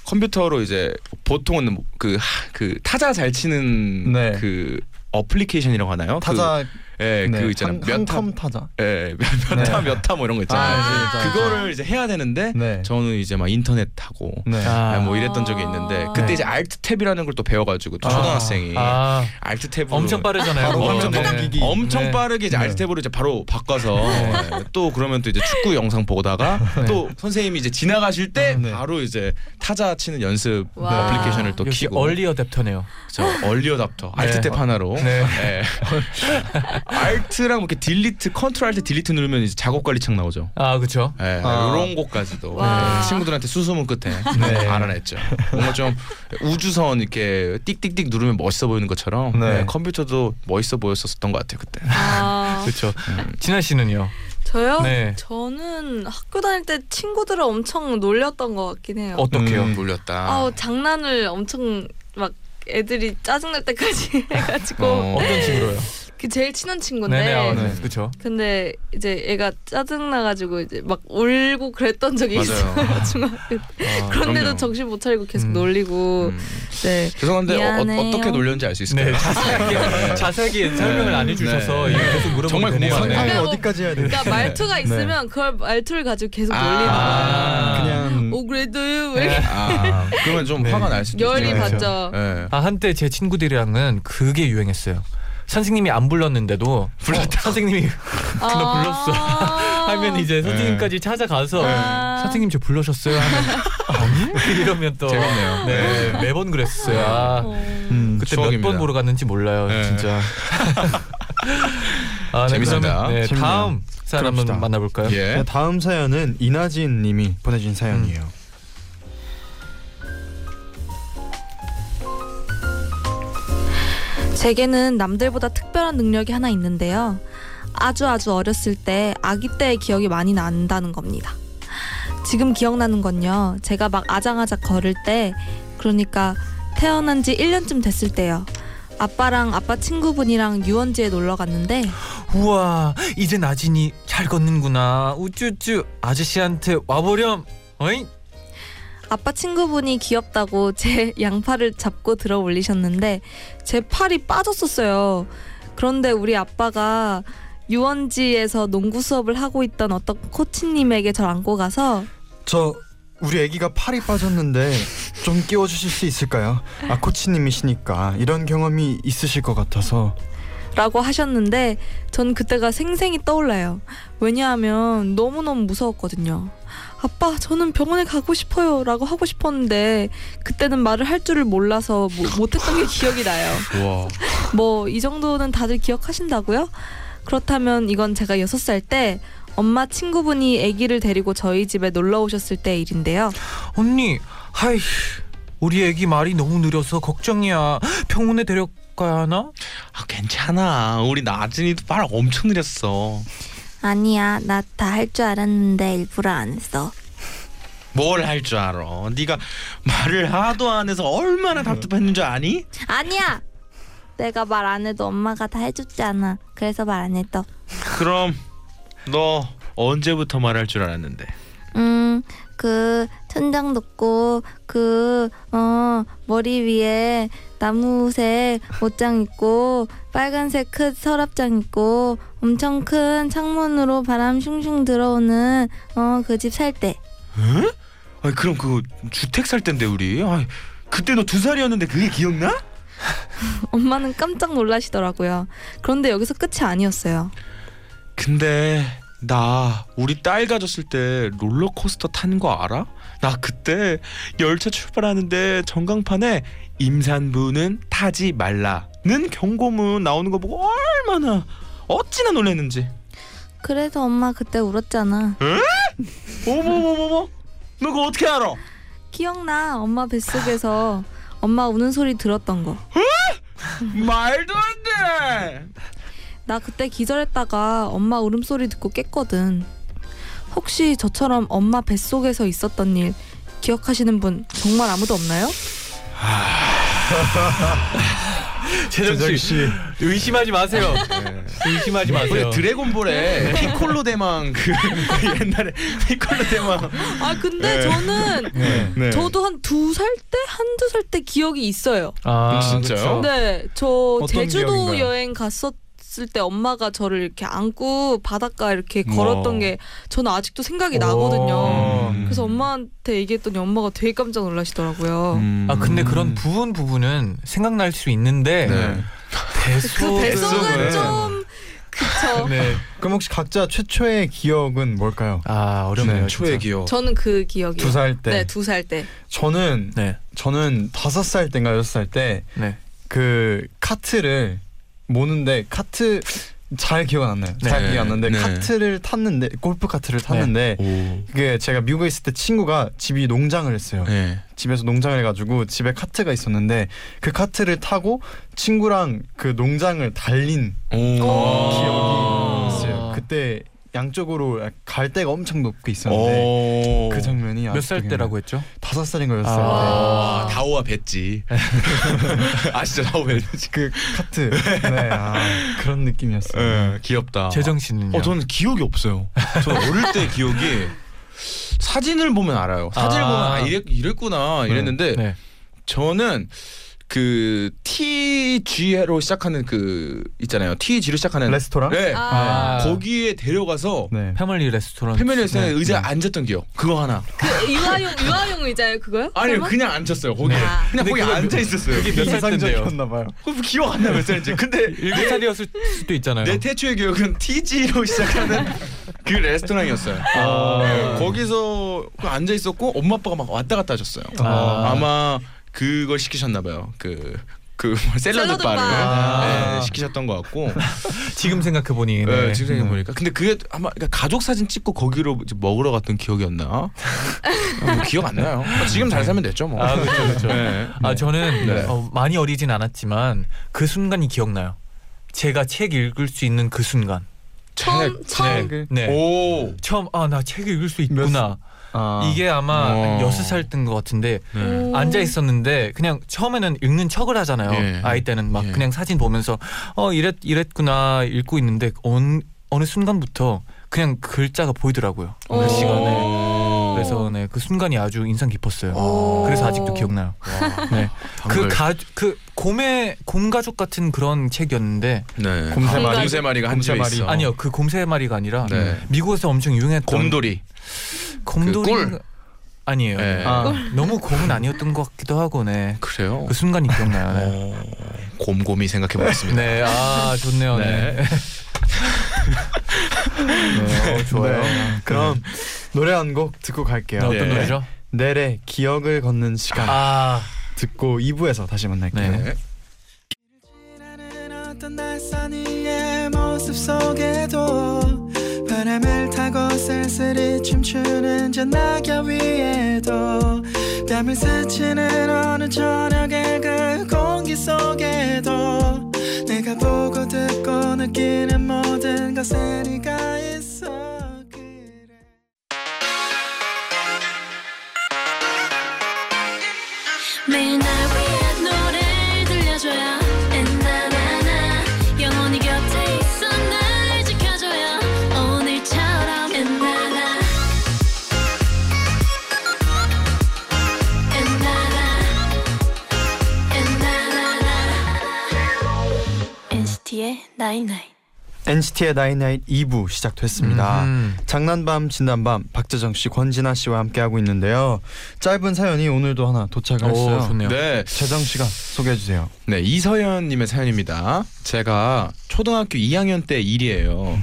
[SPEAKER 6] 컴퓨터로 이제 보통은 그, 하- 그 타자 잘 치는
[SPEAKER 2] 네.
[SPEAKER 6] 그 어플리케이션이라고 하나요?
[SPEAKER 2] 타자
[SPEAKER 6] 그, 예,
[SPEAKER 2] 네.
[SPEAKER 6] 그
[SPEAKER 2] 한,
[SPEAKER 6] 있잖아요. 몇타
[SPEAKER 2] 한컴 타자.
[SPEAKER 6] 예, 몇타 몇타 뭐 이런 거 있잖아요.
[SPEAKER 2] 아, 네, 네, 네.
[SPEAKER 6] 그거를 이제 해야 되는데
[SPEAKER 2] 네.
[SPEAKER 6] 저는 이제 막 인터넷 하고
[SPEAKER 2] 네.
[SPEAKER 3] 아,
[SPEAKER 6] 뭐 이랬던 적이 있는데 그때
[SPEAKER 3] 네.
[SPEAKER 6] 이제 알트 탭이라는 걸 또 배워가지고 또 초등학생이
[SPEAKER 3] 아,
[SPEAKER 6] 알트 탭으로
[SPEAKER 3] 엄청 빠르잖아요.
[SPEAKER 2] 바로
[SPEAKER 3] 그거.
[SPEAKER 6] 엄청
[SPEAKER 3] 네.
[SPEAKER 2] 빠르- 기기.
[SPEAKER 6] 엄청
[SPEAKER 3] 네.
[SPEAKER 6] 빠르게 이제
[SPEAKER 2] 네.
[SPEAKER 6] 알탭으로 이제 바로 바꿔서 네. 또 그러면 또 이제 축구 영상 보다가
[SPEAKER 3] 네.
[SPEAKER 6] 또 선생님이 이제 지나가실 때
[SPEAKER 2] 아, 네.
[SPEAKER 6] 바로 이제 타자 치는 연습
[SPEAKER 7] 와.
[SPEAKER 6] 어플리케이션을 또
[SPEAKER 3] 역시
[SPEAKER 6] 키고
[SPEAKER 3] 얼리 어댑터네요.
[SPEAKER 6] 저 얼리어답터 알트탭 하나로
[SPEAKER 3] 네.
[SPEAKER 6] 네. 알트랑 이렇게 딜리트 컨트롤 알트 딜리트 누르면 이제 작업 관리 창 나오죠.
[SPEAKER 3] 아 그렇죠.
[SPEAKER 6] 예,
[SPEAKER 2] 아.
[SPEAKER 6] 이런 것까지도 네.
[SPEAKER 7] 와.
[SPEAKER 6] 친구들한테 수소문 끝에
[SPEAKER 2] 네.
[SPEAKER 6] 알아냈죠. 뭔가 좀 우주선 이렇게 띡띡띡 누르면 멋있어 보이는 것처럼
[SPEAKER 2] 네.
[SPEAKER 6] 예, 컴퓨터도 멋있어 보였었던 것 같아요 그때.
[SPEAKER 7] 아,
[SPEAKER 3] 그렇죠. 진아 씨는요?
[SPEAKER 7] 저요?
[SPEAKER 3] 네.
[SPEAKER 7] 저는 학교 다닐 때 친구들을 엄청 놀렸던 것 같긴 해요.
[SPEAKER 3] 어떻게요?
[SPEAKER 6] 음, 놀렸다.
[SPEAKER 7] 아우 장난을 엄청 막 애들이 짜증날 때까지 해가지고
[SPEAKER 6] 어.
[SPEAKER 3] 어떤 식으로요?
[SPEAKER 7] 그 제일 친한 친구인데
[SPEAKER 3] 네네, 아,
[SPEAKER 6] 네.
[SPEAKER 3] 네. 그렇죠.
[SPEAKER 7] 근데 이제 얘가 짜증나가지고 이제 막 울고 그랬던 적이
[SPEAKER 6] 맞아요.
[SPEAKER 7] 있어요 중학교 때. 그런데도
[SPEAKER 6] 그럼요.
[SPEAKER 7] 정신 못 차리고 계속
[SPEAKER 3] 음.
[SPEAKER 7] 놀리고
[SPEAKER 6] 음.
[SPEAKER 7] 네
[SPEAKER 6] 죄송한데 어,
[SPEAKER 7] 미안해요.
[SPEAKER 6] 어, 떻게 놀렸는지 알 수 있을까요?
[SPEAKER 3] 네, 자세하게 자세하게 설명을 안 해주셔서
[SPEAKER 6] 네.
[SPEAKER 3] 이거 계속 물어보게
[SPEAKER 6] 정말
[SPEAKER 3] 되네요.
[SPEAKER 6] 궁금하네요.
[SPEAKER 2] 상황이
[SPEAKER 7] 그러니까 뭐-
[SPEAKER 2] 어디까지 해야 돼?
[SPEAKER 7] 그러니까 말투가 있으면 그걸 말투를 가지고 계속 놀리는 거예요
[SPEAKER 6] 아,
[SPEAKER 2] 그냥
[SPEAKER 7] 오 어, 그래도 왜 이렇게
[SPEAKER 3] 네.
[SPEAKER 6] 아, 그러면 좀
[SPEAKER 3] 네.
[SPEAKER 6] 화가 날 수도
[SPEAKER 7] 열이
[SPEAKER 6] 있어요.
[SPEAKER 7] 받죠
[SPEAKER 6] 예.
[SPEAKER 3] 아 한때 제 친구들이랑은 그게 유행했어요. 선생님이 안 불렀는데도 불렀다. 선생님이 아. 그냥 불렀어. 하면 이제
[SPEAKER 6] 네.
[SPEAKER 3] 선생님까지 찾아가서
[SPEAKER 7] 아.
[SPEAKER 3] 선생님 저 불러셨어요 하면 아니 이러면 또
[SPEAKER 6] 재밌네요. 네.
[SPEAKER 3] 네, 매번 그랬어요. 아,
[SPEAKER 2] 음,
[SPEAKER 3] 그때 몇
[SPEAKER 6] 추억입니다.
[SPEAKER 3] 번 보러 갔는지 몰라요
[SPEAKER 6] 네.
[SPEAKER 3] 진짜. 아,
[SPEAKER 6] 재밌습니다.
[SPEAKER 3] 그러면, 네,
[SPEAKER 2] 재밌네요.
[SPEAKER 3] 다음 사람
[SPEAKER 2] 그럽시다.
[SPEAKER 3] 한번 만나볼까요?
[SPEAKER 6] 예.
[SPEAKER 2] 네, 다음 사연은 이나진님이 보내준 사연이에요.
[SPEAKER 7] 제게는 남들보다 특별한 능력이 하나 있는데요. 아주 아주 어렸을 때 아기 때의 기억이 많이 난다는 겁니다. 지금 기억나는 건요. 제가 막 아장아장 걸을 때 그러니까 태어난 지 1년쯤 됐을 때요. 아빠랑 아빠 친구분이랑 유원지에 놀러 갔는데
[SPEAKER 3] 우와 이제 나진이 잘 걷는구나 우쭈쭈 아저씨한테 와보렴 어잉
[SPEAKER 7] 아빠 친구분이 귀엽다고 제 양팔을 잡고 들어 올리셨는데 제 팔이 빠졌었어요. 그런데 우리 아빠가 유원지에서 농구 수업을 하고 있던 어떤 코치님에게 저를 안고 가서
[SPEAKER 2] 저 우리 아기가 팔이 빠졌는데 좀 끼워 주실 수 있을까요? 아 코치님이시니까 이런 경험이 있으실 것 같아서
[SPEAKER 7] 라고 하셨는데 전 그때가 생생히 떠올라요. 왜냐하면 너무너무 무서웠거든요. 아빠 저는 병원에 가고 싶어요 라고 하고 싶었는데 그때는 말을 할 줄을 몰라서 뭐- 못했던 게 기억이 나요.
[SPEAKER 6] 와.
[SPEAKER 7] 뭐 이 정도는 다들 기억하신다고요? 그렇다면 이건 제가 여섯 살 때 엄마 친구분이 아기를 데리고 저희 집에 놀러 오셨을 때 일인데요.
[SPEAKER 3] 언니 하이 우리 애기 말이 너무 느려서 걱정이야 병원에 데려가야 하나
[SPEAKER 6] 아, 괜찮아. 우리 나진이도 말 엄청 느렸어.
[SPEAKER 7] 아니야, 나 다 할 줄 알았는데 일부러 안 했어.
[SPEAKER 6] 뭘 할 줄 알아? 네가 말을 하도 안 해서 얼마나 답답했는 줄 아니?
[SPEAKER 7] 아니야. 내가 말 안 해도 엄마가 다 해줬잖아. 그래서 말 안 했어.
[SPEAKER 6] 그럼 너 언제부터 말할 줄 알았는데?
[SPEAKER 7] 음, 그 천장 덮고 그 어, 머리 위에 나무색 옷장 입고 빨간색 큰 서랍장 입고 엄청 큰 창문으로 바람 슝슝 들어오는 어, 그 집 살 때.
[SPEAKER 6] 에? 아 그럼 그 주택 살 때인데 우리. 아 그때 너 두 살이었는데 그게 기억나?
[SPEAKER 7] 엄마는 깜짝 놀라시더라고요. 그런데 여기서 끝이 아니었어요.
[SPEAKER 6] 근데 나 우리 딸 가졌을 때 롤러코스터 탄 거 알아? 나 그때 열차 출발하는데 전광판에 임산부는 타지 말라는 경고문 나오는 거 보고 얼마나 어찌나 놀랐는지.
[SPEAKER 7] 그래서 엄마 그때 울었잖아.
[SPEAKER 6] 어머머머머. 너 그거 어떻게 알아?
[SPEAKER 7] 기억나. 엄마 뱃속에서 엄마 우는 소리 들었던 거.
[SPEAKER 6] 말도 안 돼.
[SPEAKER 7] 나 그때 기절했다가 엄마 울음소리 듣고 깼거든. 혹시 저처럼 엄마 뱃속에서 있었던 일 기억하시는 분 정말 아무도 없나요?
[SPEAKER 3] 재정 씨 의심하지 마세요 의심하지 마세요
[SPEAKER 6] 우리
[SPEAKER 7] 네.
[SPEAKER 6] 드래곤볼에 피콜로 대망 그 옛날에 피콜로 대망.
[SPEAKER 7] 아 근데
[SPEAKER 6] 네.
[SPEAKER 7] 저는
[SPEAKER 6] 네.
[SPEAKER 7] 저도 한 두 살 때, 한두 살 때 기억이 있어요.
[SPEAKER 3] 아 그쵸?
[SPEAKER 6] 진짜요?
[SPEAKER 7] 네, 저
[SPEAKER 2] 어떤
[SPEAKER 7] 제주도
[SPEAKER 2] 기억인가요?
[SPEAKER 7] 여행 갔었을 때 엄마가 저를 이렇게 안고 바닷가 이렇게 걸었던
[SPEAKER 6] 와.
[SPEAKER 7] 게 저는 아직도 생각이
[SPEAKER 3] 오.
[SPEAKER 7] 나거든요.
[SPEAKER 6] 음.
[SPEAKER 7] 그래서 엄마한테 얘기했더니 엄마가 되게 깜짝 놀라시더라고요.
[SPEAKER 6] 음.
[SPEAKER 3] 아 근데 그런 부분 부분은 생각날 수 있는데
[SPEAKER 6] 네.
[SPEAKER 3] 배속
[SPEAKER 7] 그
[SPEAKER 6] 뱃속은
[SPEAKER 7] 배속은
[SPEAKER 6] 좀-
[SPEAKER 7] 좀 그쵸.
[SPEAKER 3] 네.
[SPEAKER 2] 그럼 혹시 각자 최초의 기억은 뭘까요?
[SPEAKER 3] 아 어렵네요
[SPEAKER 6] 초의
[SPEAKER 3] 진짜.
[SPEAKER 6] 기억.
[SPEAKER 7] 저는 그 기억이.
[SPEAKER 2] 두 살 때.
[SPEAKER 7] 네, 두 살 때.
[SPEAKER 2] 저는
[SPEAKER 3] 네.
[SPEAKER 2] 저는 다섯 살 때인가 여섯 살때
[SPEAKER 3] 네.
[SPEAKER 2] 그 카트를 모는데 카트 잘 기억 안 나요. 잘
[SPEAKER 6] 네.
[SPEAKER 2] 기억 안 나는데
[SPEAKER 6] 네.
[SPEAKER 2] 카트를 탔는데 골프 카트를 탔는데
[SPEAKER 3] 네.
[SPEAKER 6] 오.
[SPEAKER 2] 그게 제가 미국에 있을 때 친구가 집이 농장을 했어요.
[SPEAKER 6] 네.
[SPEAKER 2] 집에서 농장을 해가지고 집에 카트가 있었는데 그 카트를 타고 친구랑 그 농장을 달린
[SPEAKER 6] 오.
[SPEAKER 3] 어,
[SPEAKER 2] 기억이
[SPEAKER 6] 오.
[SPEAKER 2] 있어요. 그때 양쪽으로 갈 데가 엄청 높게 있었는데
[SPEAKER 6] 어.
[SPEAKER 2] 그 장면이
[SPEAKER 3] 몇 살
[SPEAKER 2] 아직도
[SPEAKER 3] 때라고 했죠?
[SPEAKER 2] 다섯 살인가 여섯 살 때.
[SPEAKER 6] 아, 다오와 뱉지. 아시죠, 다오 뱉지.
[SPEAKER 2] 그 카트 네, 아, 그런 느낌이었어요.
[SPEAKER 6] 예, 귀엽다.
[SPEAKER 3] 재정 씨는요?
[SPEAKER 6] 어, 저는 기억이 없어요. 저 어릴 때 기억이 사진을 보면 알아요. 사진을
[SPEAKER 3] 아.
[SPEAKER 6] 보면 아 이랬, 이랬구나 이랬는데
[SPEAKER 3] 네.
[SPEAKER 6] 저는 그 TG로 시작하는 그 있잖아요. TG로 시작하는
[SPEAKER 2] 레스토랑?
[SPEAKER 6] 네.
[SPEAKER 3] 아.
[SPEAKER 6] 거기에 데려가서
[SPEAKER 2] 네.
[SPEAKER 3] 패밀리 레스토랑
[SPEAKER 6] 패밀리에서
[SPEAKER 3] 네.
[SPEAKER 6] 의자에 앉았던 기억. 그거 하나.
[SPEAKER 7] 그 유아용 유아용 의자예요, 그거요?
[SPEAKER 6] 아니요,
[SPEAKER 7] 설마?
[SPEAKER 6] 그냥 앉았어요. 거기에.
[SPEAKER 7] 아.
[SPEAKER 6] 그냥
[SPEAKER 3] 근데
[SPEAKER 6] 거기
[SPEAKER 3] 그거
[SPEAKER 6] 앉아 있었어요.
[SPEAKER 3] 그게 몇살 때인데요? 네.
[SPEAKER 2] 이상적이었나 봐요.
[SPEAKER 6] 그 기억 안 나 몇 살인지. 근데
[SPEAKER 3] 일곱 살이었을 수도 있잖아요.
[SPEAKER 6] 내 태초의 기억은 TG로 시작하는 그 레스토랑이었어요.
[SPEAKER 3] 아.
[SPEAKER 6] 네, 거기서 그 앉아 있었고 엄마 아빠가 막 왔다 갔다 하셨어요.
[SPEAKER 3] 아.
[SPEAKER 6] 아. 마 그걸 시키셨나 봐요. 그. 그 샐러드
[SPEAKER 7] 샐러드
[SPEAKER 6] 바를
[SPEAKER 2] 바.
[SPEAKER 3] 아.
[SPEAKER 6] 네, 시키셨던 것 같고
[SPEAKER 3] 지금 생각해 보니
[SPEAKER 6] 네, 지금 생각해 보니까 근데 그게 아마 그러니까 가족 사진 찍고 거기로 이제 먹으러 갔던 기억이었나 아, 뭐 기억 안 나요 지금 잘 살면 됐죠 뭐
[SPEAKER 3] 아 그렇죠 그렇죠.
[SPEAKER 6] 네.
[SPEAKER 3] 아 저는
[SPEAKER 6] 네.
[SPEAKER 3] 어, 많이 어리진 않았지만 그 순간이 기억나요. 제가 책 읽을 수 있는 그 순간.
[SPEAKER 7] 처음 처음
[SPEAKER 2] 책을
[SPEAKER 3] 네.
[SPEAKER 6] 오.
[SPEAKER 3] 처음 아 나 책을 읽을 수 있구나.
[SPEAKER 2] 아,
[SPEAKER 3] 이게 아마
[SPEAKER 6] 어.
[SPEAKER 3] 한 여섯 살 때인 것 같은데
[SPEAKER 6] 네.
[SPEAKER 7] 오.
[SPEAKER 3] 앉아 있었는데 그냥 처음에는 읽는 척을 하잖아요.
[SPEAKER 6] 예.
[SPEAKER 3] 아이 때는 막
[SPEAKER 6] 예.
[SPEAKER 3] 그냥 사진 보면서 어 이랬 이랬구나 읽고 있는데 어느 어느 순간부터 그냥 글자가 보이더라고요.
[SPEAKER 7] 오.
[SPEAKER 3] 그 시간에.
[SPEAKER 6] 오.
[SPEAKER 3] 그래서 네, 그 순간이 아주 인상 깊었어요.
[SPEAKER 7] 오.
[SPEAKER 3] 그래서 아직도 기억나요. 네. 그 가 그 곰의 곰 가족 같은 그런 책이었는데
[SPEAKER 6] 네.
[SPEAKER 2] 곰새
[SPEAKER 7] 마리.
[SPEAKER 6] 곰새 마리가 한 집에
[SPEAKER 2] 곰새 마리.
[SPEAKER 6] 있어.
[SPEAKER 3] 아니요 그 곰새 마리가 아니라
[SPEAKER 6] 네.
[SPEAKER 3] 미국에서 엄청 유행했던
[SPEAKER 6] 곰돌이.
[SPEAKER 3] 곰돌이
[SPEAKER 6] 그 꿀.
[SPEAKER 3] 아니에요. 네.
[SPEAKER 6] 예.
[SPEAKER 2] 아,
[SPEAKER 3] 너무 곰은 아니었던 것 같기도 하고 네.
[SPEAKER 6] 그래요.
[SPEAKER 3] 그 순간이 기억나요. 네.
[SPEAKER 6] 어, 곰곰이 생각해 보겠습니다.
[SPEAKER 3] 네, 아 좋네요. 네,
[SPEAKER 6] 네.
[SPEAKER 2] 네, 어, 좋아요.
[SPEAKER 6] 네.
[SPEAKER 2] 그럼 노래 한 곡 듣고 갈게요.
[SPEAKER 3] 네, 어떤
[SPEAKER 6] 예.
[SPEAKER 3] 노래죠?
[SPEAKER 2] 넬의 기억을 걷는 시간
[SPEAKER 3] 아,
[SPEAKER 2] 듣고 2부에서 다시 만날게요.
[SPEAKER 3] 네.
[SPEAKER 4] 지나는 어떤 날산이의 모습 속에도 바람을 타고 쓸쓸히 춤추는 저 낙엽 위에도 땀을 스치는 어느 저녁의 그 공기 속에도 내가 보고 듣고 느끼는 모든 것에 네가 있어 그래
[SPEAKER 8] 매일 날 위한 노래를 들려줘요 엔나나나 영원히 곁에 있어 날 지켜줘요 오늘처럼 엔나나 엔나나 엔나나나 NCT의 나잇나잇
[SPEAKER 2] NCT의 나인나잇 2부 시작됐습니다.
[SPEAKER 3] 음.
[SPEAKER 2] 장난밤 진단밤 박재정 씨 권진아 씨와 함께 하고 있는데요. 짧은 사연이 오늘도 하나 도착했어요.
[SPEAKER 3] 오 좋네요.
[SPEAKER 6] 네.
[SPEAKER 2] 재정 씨가 소개해 주세요.
[SPEAKER 6] 네, 이서연님의 사연입니다. 제가 초등학교 2학년 때 일이에요.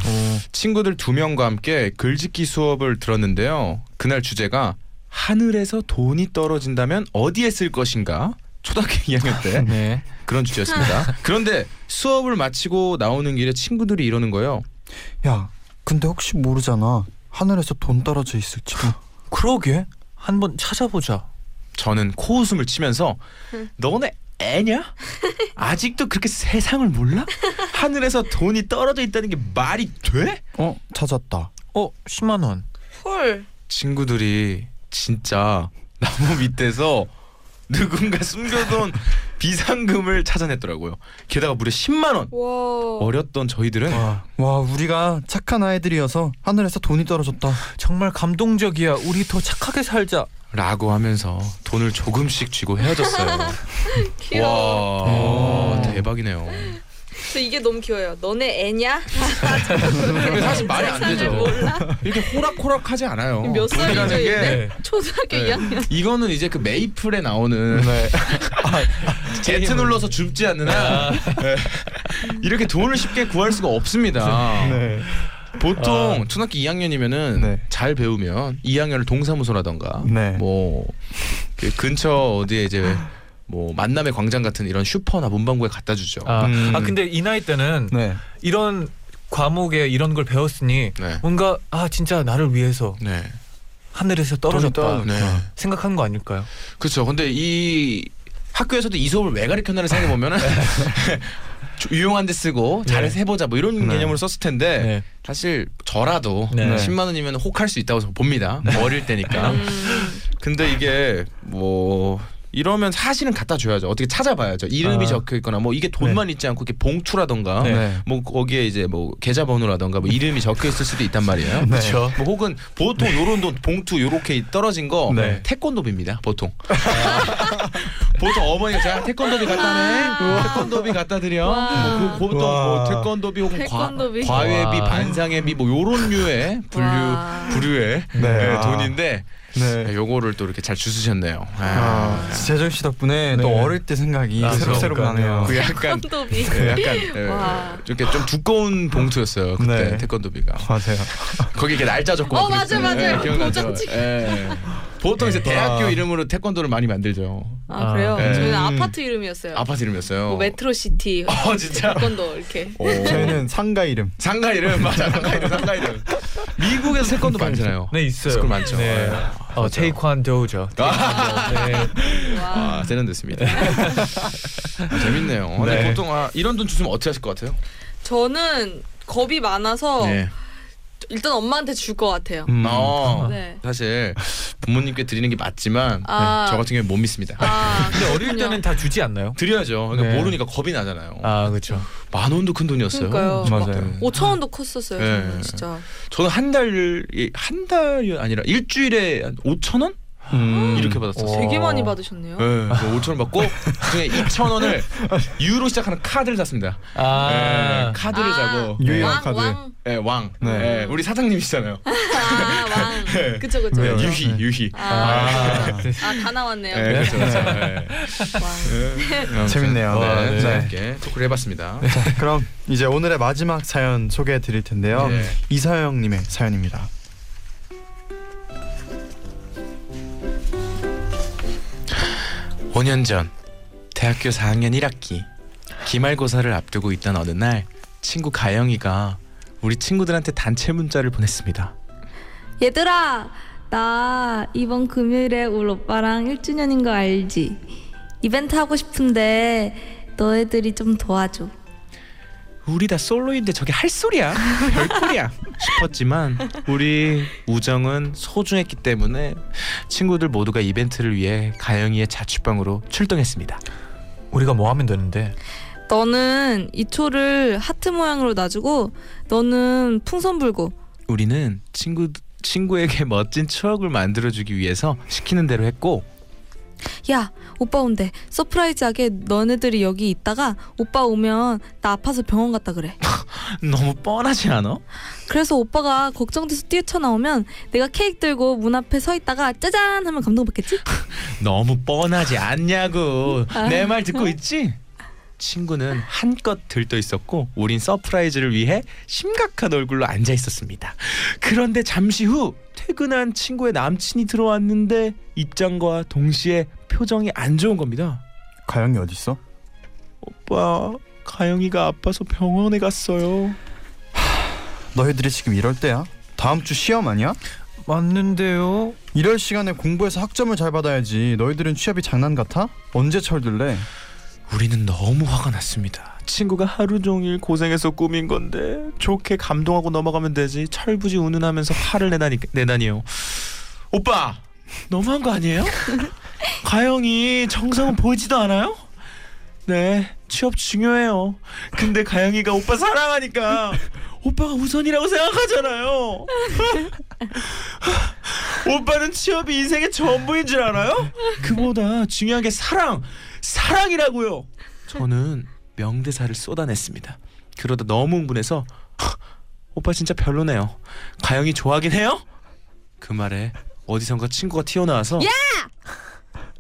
[SPEAKER 6] 친구들 두 명과 함께 글짓기 수업을 들었는데요. 그날 주제가 하늘에서 돈이 떨어진다면 어디에 쓸 것인가? 초등학교 2학년 때
[SPEAKER 3] 네.
[SPEAKER 6] 그런 주제였습니다. 그런데 수업을 마치고 나오는 길에 친구들이 이러는 거예요.
[SPEAKER 2] 야, 근데 혹시 모르잖아. 하늘에서 돈 떨어져 있을지도.
[SPEAKER 3] 그러게 한번 찾아보자.
[SPEAKER 6] 저는 코웃음을 치면서 너네 애냐? 아직도 그렇게 세상을 몰라? 하늘에서 돈이 떨어져 있다는 게 말이 돼?
[SPEAKER 2] 어, 찾았다.
[SPEAKER 3] 어, 10만 원.
[SPEAKER 7] 헐.
[SPEAKER 6] 친구들이 진짜 나무 밑에서 누군가 숨겨둔 비상금을 찾아냈더라고요. 게다가 무려 10만 원.
[SPEAKER 7] 와.
[SPEAKER 6] 어렸던 저희들은
[SPEAKER 2] 와, 우리가 착한 아이들이어서 하늘에서 돈이 떨어졌다.
[SPEAKER 3] 정말 감동적이야. 우리 더 착하게 살자.
[SPEAKER 6] 라고 하면서 돈을 조금씩 쥐고 헤어졌어요. 와 와, 대박이네요.
[SPEAKER 7] 저 이게 너무 귀여워요. 너네 애냐?
[SPEAKER 6] 근데 사실 말이 안 되죠. 이렇게 호락호락하지 않아요.
[SPEAKER 7] 몇 살이죠,
[SPEAKER 6] 돈이라는 게
[SPEAKER 7] 얘네? 초등학교
[SPEAKER 6] 네.
[SPEAKER 7] 2학년.
[SPEAKER 6] 이거는 이제 그 메이플에 나오는
[SPEAKER 2] 네.
[SPEAKER 6] 제트 눌러서 줍지 않느냐 네. 이렇게 돈을 쉽게 구할 수가 없습니다.
[SPEAKER 2] 네.
[SPEAKER 6] 보통 초등학교 2학년이면은
[SPEAKER 2] 네.
[SPEAKER 6] 잘 배우면 2학년을 동사무소라던가
[SPEAKER 2] 네.
[SPEAKER 6] 뭐그 근처 어디에 이제 뭐 만남의 광장 같은 이런 슈퍼나 문방구에 갖다 주죠.
[SPEAKER 3] 아,
[SPEAKER 2] 음.
[SPEAKER 3] 아 근데 이 나이 때는
[SPEAKER 2] 네.
[SPEAKER 3] 이런 과목에 이런 걸 배웠으니
[SPEAKER 6] 네.
[SPEAKER 3] 뭔가 아 진짜 나를 위해서
[SPEAKER 6] 네.
[SPEAKER 3] 하늘에서 떨어졌다
[SPEAKER 2] 떨어졌다.
[SPEAKER 6] 네.
[SPEAKER 3] 생각한 거 아닐까요?
[SPEAKER 6] 그렇죠. 근데 이 학교에서도 이 수업을 왜 가르쳤나를 생각해 보면은 유용한 데 쓰고 잘해서 해보자 뭐 이런 개념으로 썼을 텐데
[SPEAKER 3] 네.
[SPEAKER 6] 사실 저라도
[SPEAKER 3] 네.
[SPEAKER 6] 10만 원이면 혹할 수 있다고 봅니다. 뭐 어릴 때니까.
[SPEAKER 3] 음.
[SPEAKER 6] 근데 이게 뭐 이러면 사실은 갖다 줘야죠. 어떻게 찾아봐야죠. 이름이
[SPEAKER 2] 아.
[SPEAKER 6] 적혀 있거나 뭐 이게 돈만 있지 않고 이렇게 봉투라던가
[SPEAKER 3] 네.
[SPEAKER 2] 네.
[SPEAKER 6] 뭐 거기에 이제 뭐 계좌번호라던가 뭐 이름이 적혀 있을 수도 있단 말이에요.
[SPEAKER 3] 그렇죠.
[SPEAKER 6] 뭐 혹은 보통 요런 돈 봉투 요렇게 떨어진 거
[SPEAKER 2] 네.
[SPEAKER 6] 태권도비입니다. 보통. 보통 어머니가 제가 태권도비 갖다네. 태권도비 갖다 드려.
[SPEAKER 7] 와.
[SPEAKER 6] 뭐 그- 보통 뭐
[SPEAKER 2] 와.
[SPEAKER 6] 태권도비 혹은
[SPEAKER 7] 태권도비.
[SPEAKER 6] 과, 과외비
[SPEAKER 3] 와.
[SPEAKER 6] 반상회비 뭐 요런 류의 분류
[SPEAKER 7] 와.
[SPEAKER 6] 부류의
[SPEAKER 2] 네.
[SPEAKER 6] 예,
[SPEAKER 2] 아.
[SPEAKER 6] 돈인데
[SPEAKER 2] 네.
[SPEAKER 6] 요거를 또 아, 이렇게 잘 주스셨네요. 아.
[SPEAKER 2] 아, 재정 씨 덕분에
[SPEAKER 3] 네.
[SPEAKER 2] 또 어릴 때 생각이
[SPEAKER 3] 아,
[SPEAKER 2] 새록새록
[SPEAKER 3] 그러니까요.
[SPEAKER 2] 나네요.
[SPEAKER 6] 그 약간
[SPEAKER 7] 콘도비.
[SPEAKER 6] 그 약간 예,
[SPEAKER 7] 와.
[SPEAKER 6] 이렇게 좀 두꺼운 봉투였어요 그때
[SPEAKER 2] 네.
[SPEAKER 6] 태권도비가
[SPEAKER 2] 맞아요.
[SPEAKER 6] 거기 이렇게 날짜 적고
[SPEAKER 7] 어,
[SPEAKER 6] 막 그랬어요.
[SPEAKER 7] 맞아, 맞아.
[SPEAKER 6] 예, 기억나죠?
[SPEAKER 7] 도장지.
[SPEAKER 6] 예. 보통 이제 대학교
[SPEAKER 2] 와.
[SPEAKER 6] 이름으로 태권도를 많이 만들죠
[SPEAKER 7] 아 그래요?
[SPEAKER 6] 네.
[SPEAKER 7] 저희는
[SPEAKER 2] 음.
[SPEAKER 7] 아파트 이름이었어요.
[SPEAKER 6] 아파트 이름이었어요
[SPEAKER 7] 뭐 메트로시티,
[SPEAKER 6] 어 진짜
[SPEAKER 7] 태권도 이렇게.
[SPEAKER 6] 오.
[SPEAKER 2] 저희는 상가 이름.
[SPEAKER 6] 상가 이름 맞아 상가 이름 상가 이름 미국에서 태권도 많잖아요
[SPEAKER 3] 네 있어요.
[SPEAKER 6] 스쿨 많죠.
[SPEAKER 3] 네.
[SPEAKER 6] 예.
[SPEAKER 3] 어, 테이크완도죠. 네.
[SPEAKER 7] 와.
[SPEAKER 6] 아 세련됐습니다. 아, 재밌네요. 근데
[SPEAKER 3] 네.
[SPEAKER 4] 어,
[SPEAKER 6] 보통 아, 이런 돈 주시면 어떻게 하실 것 같아요?
[SPEAKER 7] 저는 겁이 많아서
[SPEAKER 4] 네.
[SPEAKER 7] 일단 엄마한테 줄 것 같아요.
[SPEAKER 2] 음.
[SPEAKER 4] 어,
[SPEAKER 7] 네.
[SPEAKER 4] 사실 부모님께 드리는 게 맞지만 네,
[SPEAKER 7] 아.
[SPEAKER 4] 저 같은 경우에 못 믿습니다.
[SPEAKER 7] 아,
[SPEAKER 3] 근데 어릴
[SPEAKER 7] 그렇군요.
[SPEAKER 3] 때는 다 주지 않나요?
[SPEAKER 4] 드려야죠. 그러니까
[SPEAKER 3] 네.
[SPEAKER 4] 모르니까 겁이 나잖아요.
[SPEAKER 3] 아 그렇죠.
[SPEAKER 4] 만 원도 큰 돈이었어요.
[SPEAKER 7] 그러니까요.
[SPEAKER 2] 맞아요.
[SPEAKER 7] 5천 원도 컸었어요.
[SPEAKER 4] 네.
[SPEAKER 7] 저는 진짜.
[SPEAKER 4] 저는 한 달, 한 달이 아니라 일주일에 한 5천 원?
[SPEAKER 2] 음.
[SPEAKER 4] 이렇게 받았었어요.
[SPEAKER 7] 되게
[SPEAKER 3] 어.
[SPEAKER 7] 많이 받으셨네요.
[SPEAKER 4] 예, 5천 원 받고 그중에 2천 원을 유로 시작하는 카드를 샀습니다. 예,
[SPEAKER 3] 아
[SPEAKER 2] 네.
[SPEAKER 4] 카드를
[SPEAKER 7] 아.
[SPEAKER 4] 사고
[SPEAKER 2] 유일한
[SPEAKER 7] 왕,
[SPEAKER 2] 카드.
[SPEAKER 7] 왕.
[SPEAKER 4] 예, 왕.
[SPEAKER 2] 네.
[SPEAKER 4] 예, 우리 사장님이시잖아요.
[SPEAKER 7] 아, 왕. 그쵸, 그쵸.
[SPEAKER 2] 왜요?
[SPEAKER 7] 그쵸.
[SPEAKER 4] 유희,
[SPEAKER 2] 네.
[SPEAKER 4] 유희.
[SPEAKER 7] 아,
[SPEAKER 3] 아.
[SPEAKER 7] 아, 다 나왔네요.
[SPEAKER 4] 예, 그렇죠, 그렇죠. 예.
[SPEAKER 7] 왕.
[SPEAKER 4] 아무튼,
[SPEAKER 2] 재밌네요.
[SPEAKER 4] 어,
[SPEAKER 2] 네.
[SPEAKER 4] 네.
[SPEAKER 2] 네.
[SPEAKER 4] 재밌게 토크를 해봤습니다.
[SPEAKER 2] 자, 그럼 이제 오늘의 마지막 사연 소개해 드릴 텐데요.
[SPEAKER 4] 네.
[SPEAKER 2] 이서영님의 사연입니다.
[SPEAKER 4] 오 년 전 대학교 4학년 1학기 기말고사를 앞두고 있던 어느 날 친구 가영이가 우리 친구들한테 단체 문자를 보냈습니다.
[SPEAKER 7] 얘들아 나 이번 금요일에 우리 오빠랑 1주년인 거 알지? 이벤트 하고 싶은데 너희들이 좀 도와줘
[SPEAKER 4] 우리 다 솔로인데 저게 할 소리야? 별꼴이야 싶었지만 우리 우정은 소중했기 때문에 친구들 모두가 이벤트를 위해 가영이의 자취방으로 출동했습니다.
[SPEAKER 3] 우리가 뭐 하면 되는데?
[SPEAKER 7] 너는 이 초를 하트 모양으로 놔주고 너는 풍선 불고
[SPEAKER 4] 우리는 친구 친구에게 멋진 추억을 만들어주기 위해서 시키는 대로 했고
[SPEAKER 7] 야 오빠 온대 서프라이즈하게 너네들이 여기 있다가 오빠 오면 나 아파서 병원 갔다 그래
[SPEAKER 4] 너무 뻔하지 않아?
[SPEAKER 7] 그래서 오빠가 걱정돼서 뛰쳐나오면 내가 케이크 들고 문 앞에 서 있다가 짜잔 하면 감동받겠지?
[SPEAKER 4] 너무 뻔하지 않냐고
[SPEAKER 7] 아.
[SPEAKER 4] 내 말 듣고 있지? 친구는 한껏 들떠 있었고 우린 서프라이즈를 위해 심각한 얼굴로 앉아 있었습니다. 그런데 잠시 후 퇴근한 친구의 남친이 들어왔는데 입장과 동시에 표정이 안 좋은 겁니다.
[SPEAKER 2] 가영이 어디 있어?
[SPEAKER 4] 오빠 가영이가 아파서 병원에 갔어요.
[SPEAKER 2] 너희들이 지금 이럴 때야? 다음 주 시험 아니야?
[SPEAKER 3] 맞는데요.
[SPEAKER 2] 이럴 시간에 공부해서 학점을 잘 받아야지. 너희들은 취업이 장난 같아? 언제 철들래?
[SPEAKER 4] 우리는 너무 화가 났습니다. 친구가 하루 종일 고생해서 꾸민 건데 좋게 감동하고 넘어가면 되지 철부지 운운하면서 화를 내다니 내다니요. 오빠 너무한 거 아니에요? 가영이 정성은 보이지도 않아요? 네 취업 중요해요. 근데 가영이가 오빠 사랑하니까 오빠가 우선이라고 생각하잖아요. 오빠는 취업이 인생의 전부인 줄 알아요? 그보다 중요한 게 사랑, 사랑이라고요. 저는 명대사를 쏟아냈습니다. 그러다 너무 흥분해서 "하, 오빠 진짜 별로네요. 가영이 좋아하긴 해요? 그 말에 어디선가 친구가 튀어나와서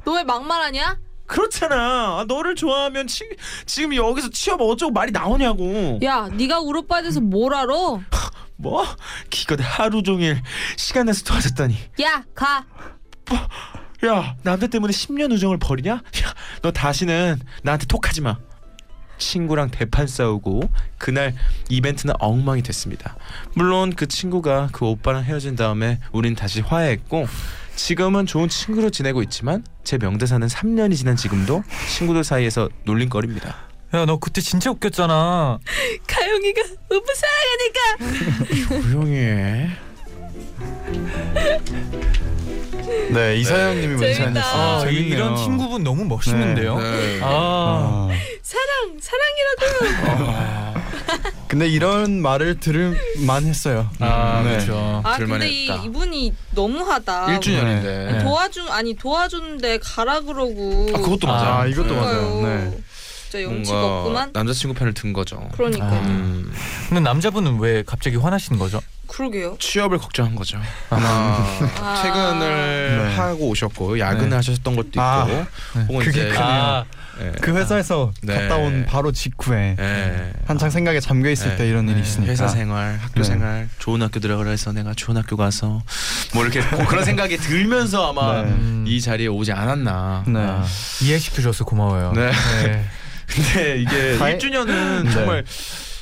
[SPEAKER 7] 너 왜 막말하냐?
[SPEAKER 4] 그렇잖아. 아, 너를 좋아하면 치, 지금 여기서 취업 어쩌고 말이 나오냐고.
[SPEAKER 7] 야, 네가 우리 오빠에 대해서 뭘 알아?
[SPEAKER 4] 뭐? 기껏 하루 종일 시간 내서 도와줬다니.
[SPEAKER 7] 야, 가.
[SPEAKER 4] 야 남자 때문에 10년 우정을 버리냐? 야 너 다시는 나한테 톡하지 마. 친구랑 대판 싸우고 그날 이벤트는 엉망이 됐습니다. 물론 그 친구가 그 오빠랑 헤어진 다음에 우린 다시 화해했고 지금은 좋은 친구로 지내고 있지만 제 명대사는 3년이 지난 지금도 친구들 사이에서 놀림거리입니다.
[SPEAKER 3] 야 너 그때 진짜 웃겼잖아.
[SPEAKER 7] 가영이가 오빠 사랑하니까.
[SPEAKER 4] 조용히 해.
[SPEAKER 2] 네, 이서영님이 문자
[SPEAKER 7] 재밌다.
[SPEAKER 2] 보내셨어요.
[SPEAKER 3] 아, 이-
[SPEAKER 2] 재밌네요. 네.
[SPEAKER 3] 이런 친구분 너무
[SPEAKER 6] 어?
[SPEAKER 3] 멋있는데요. 아,
[SPEAKER 2] 아.
[SPEAKER 7] 사랑, 사랑이라고.
[SPEAKER 2] 근데 이런 말을 들을 만했어요.
[SPEAKER 3] 아
[SPEAKER 2] 네.
[SPEAKER 3] 그렇죠.
[SPEAKER 7] 아, 근데 이,
[SPEAKER 4] 들만했다.
[SPEAKER 7] 이분이 너무하다.
[SPEAKER 2] 일주년인데. 네.
[SPEAKER 7] 도와준 아니 도와주는데 가라 그러고.
[SPEAKER 4] 아 그것도
[SPEAKER 3] 아,
[SPEAKER 4] 맞아.
[SPEAKER 2] 아, 이것도 맞아요. 네.
[SPEAKER 7] 진짜 염치가 없구만.
[SPEAKER 4] 남자친구 편을 든 거죠.
[SPEAKER 7] 그러니까. 요
[SPEAKER 4] 음,
[SPEAKER 3] 근데 남자분은 왜 갑자기 화나신 거죠?
[SPEAKER 7] 그러게요.
[SPEAKER 4] 취업을 걱정한 거죠. 아마
[SPEAKER 7] 아.
[SPEAKER 4] 퇴근을
[SPEAKER 2] 네.
[SPEAKER 4] 하고 오셨고 야근을
[SPEAKER 2] 네.
[SPEAKER 4] 하셨던 것도 있고
[SPEAKER 2] 아,
[SPEAKER 4] 혹은
[SPEAKER 2] 그게
[SPEAKER 4] 이제
[SPEAKER 2] 크네요.
[SPEAKER 3] 아,
[SPEAKER 4] 예,
[SPEAKER 2] 그 회사에서
[SPEAKER 4] 네.
[SPEAKER 2] 갔다 온 바로 직후에
[SPEAKER 6] 네.
[SPEAKER 4] 예.
[SPEAKER 2] 한창 생각에 잠겨 있을
[SPEAKER 4] 예,
[SPEAKER 2] 때 이런 일이
[SPEAKER 4] 예.
[SPEAKER 2] 있으니까.
[SPEAKER 4] 회사 생활, 학교
[SPEAKER 2] 네.
[SPEAKER 4] 생활, 좋은 학교 들어가라 해서 내가 좋은 학교 가서 뭐 이렇게 뭐 그런 생각이 들면서 아마
[SPEAKER 2] 네.
[SPEAKER 3] 음,
[SPEAKER 4] 이 자리에 오지 않았나.
[SPEAKER 2] 네.
[SPEAKER 3] 아, 이해시켜줘서 고마워요.
[SPEAKER 4] 네.
[SPEAKER 3] 네.
[SPEAKER 4] 근데 이게
[SPEAKER 2] 다행-
[SPEAKER 4] 1주년은
[SPEAKER 2] 네.
[SPEAKER 4] 정말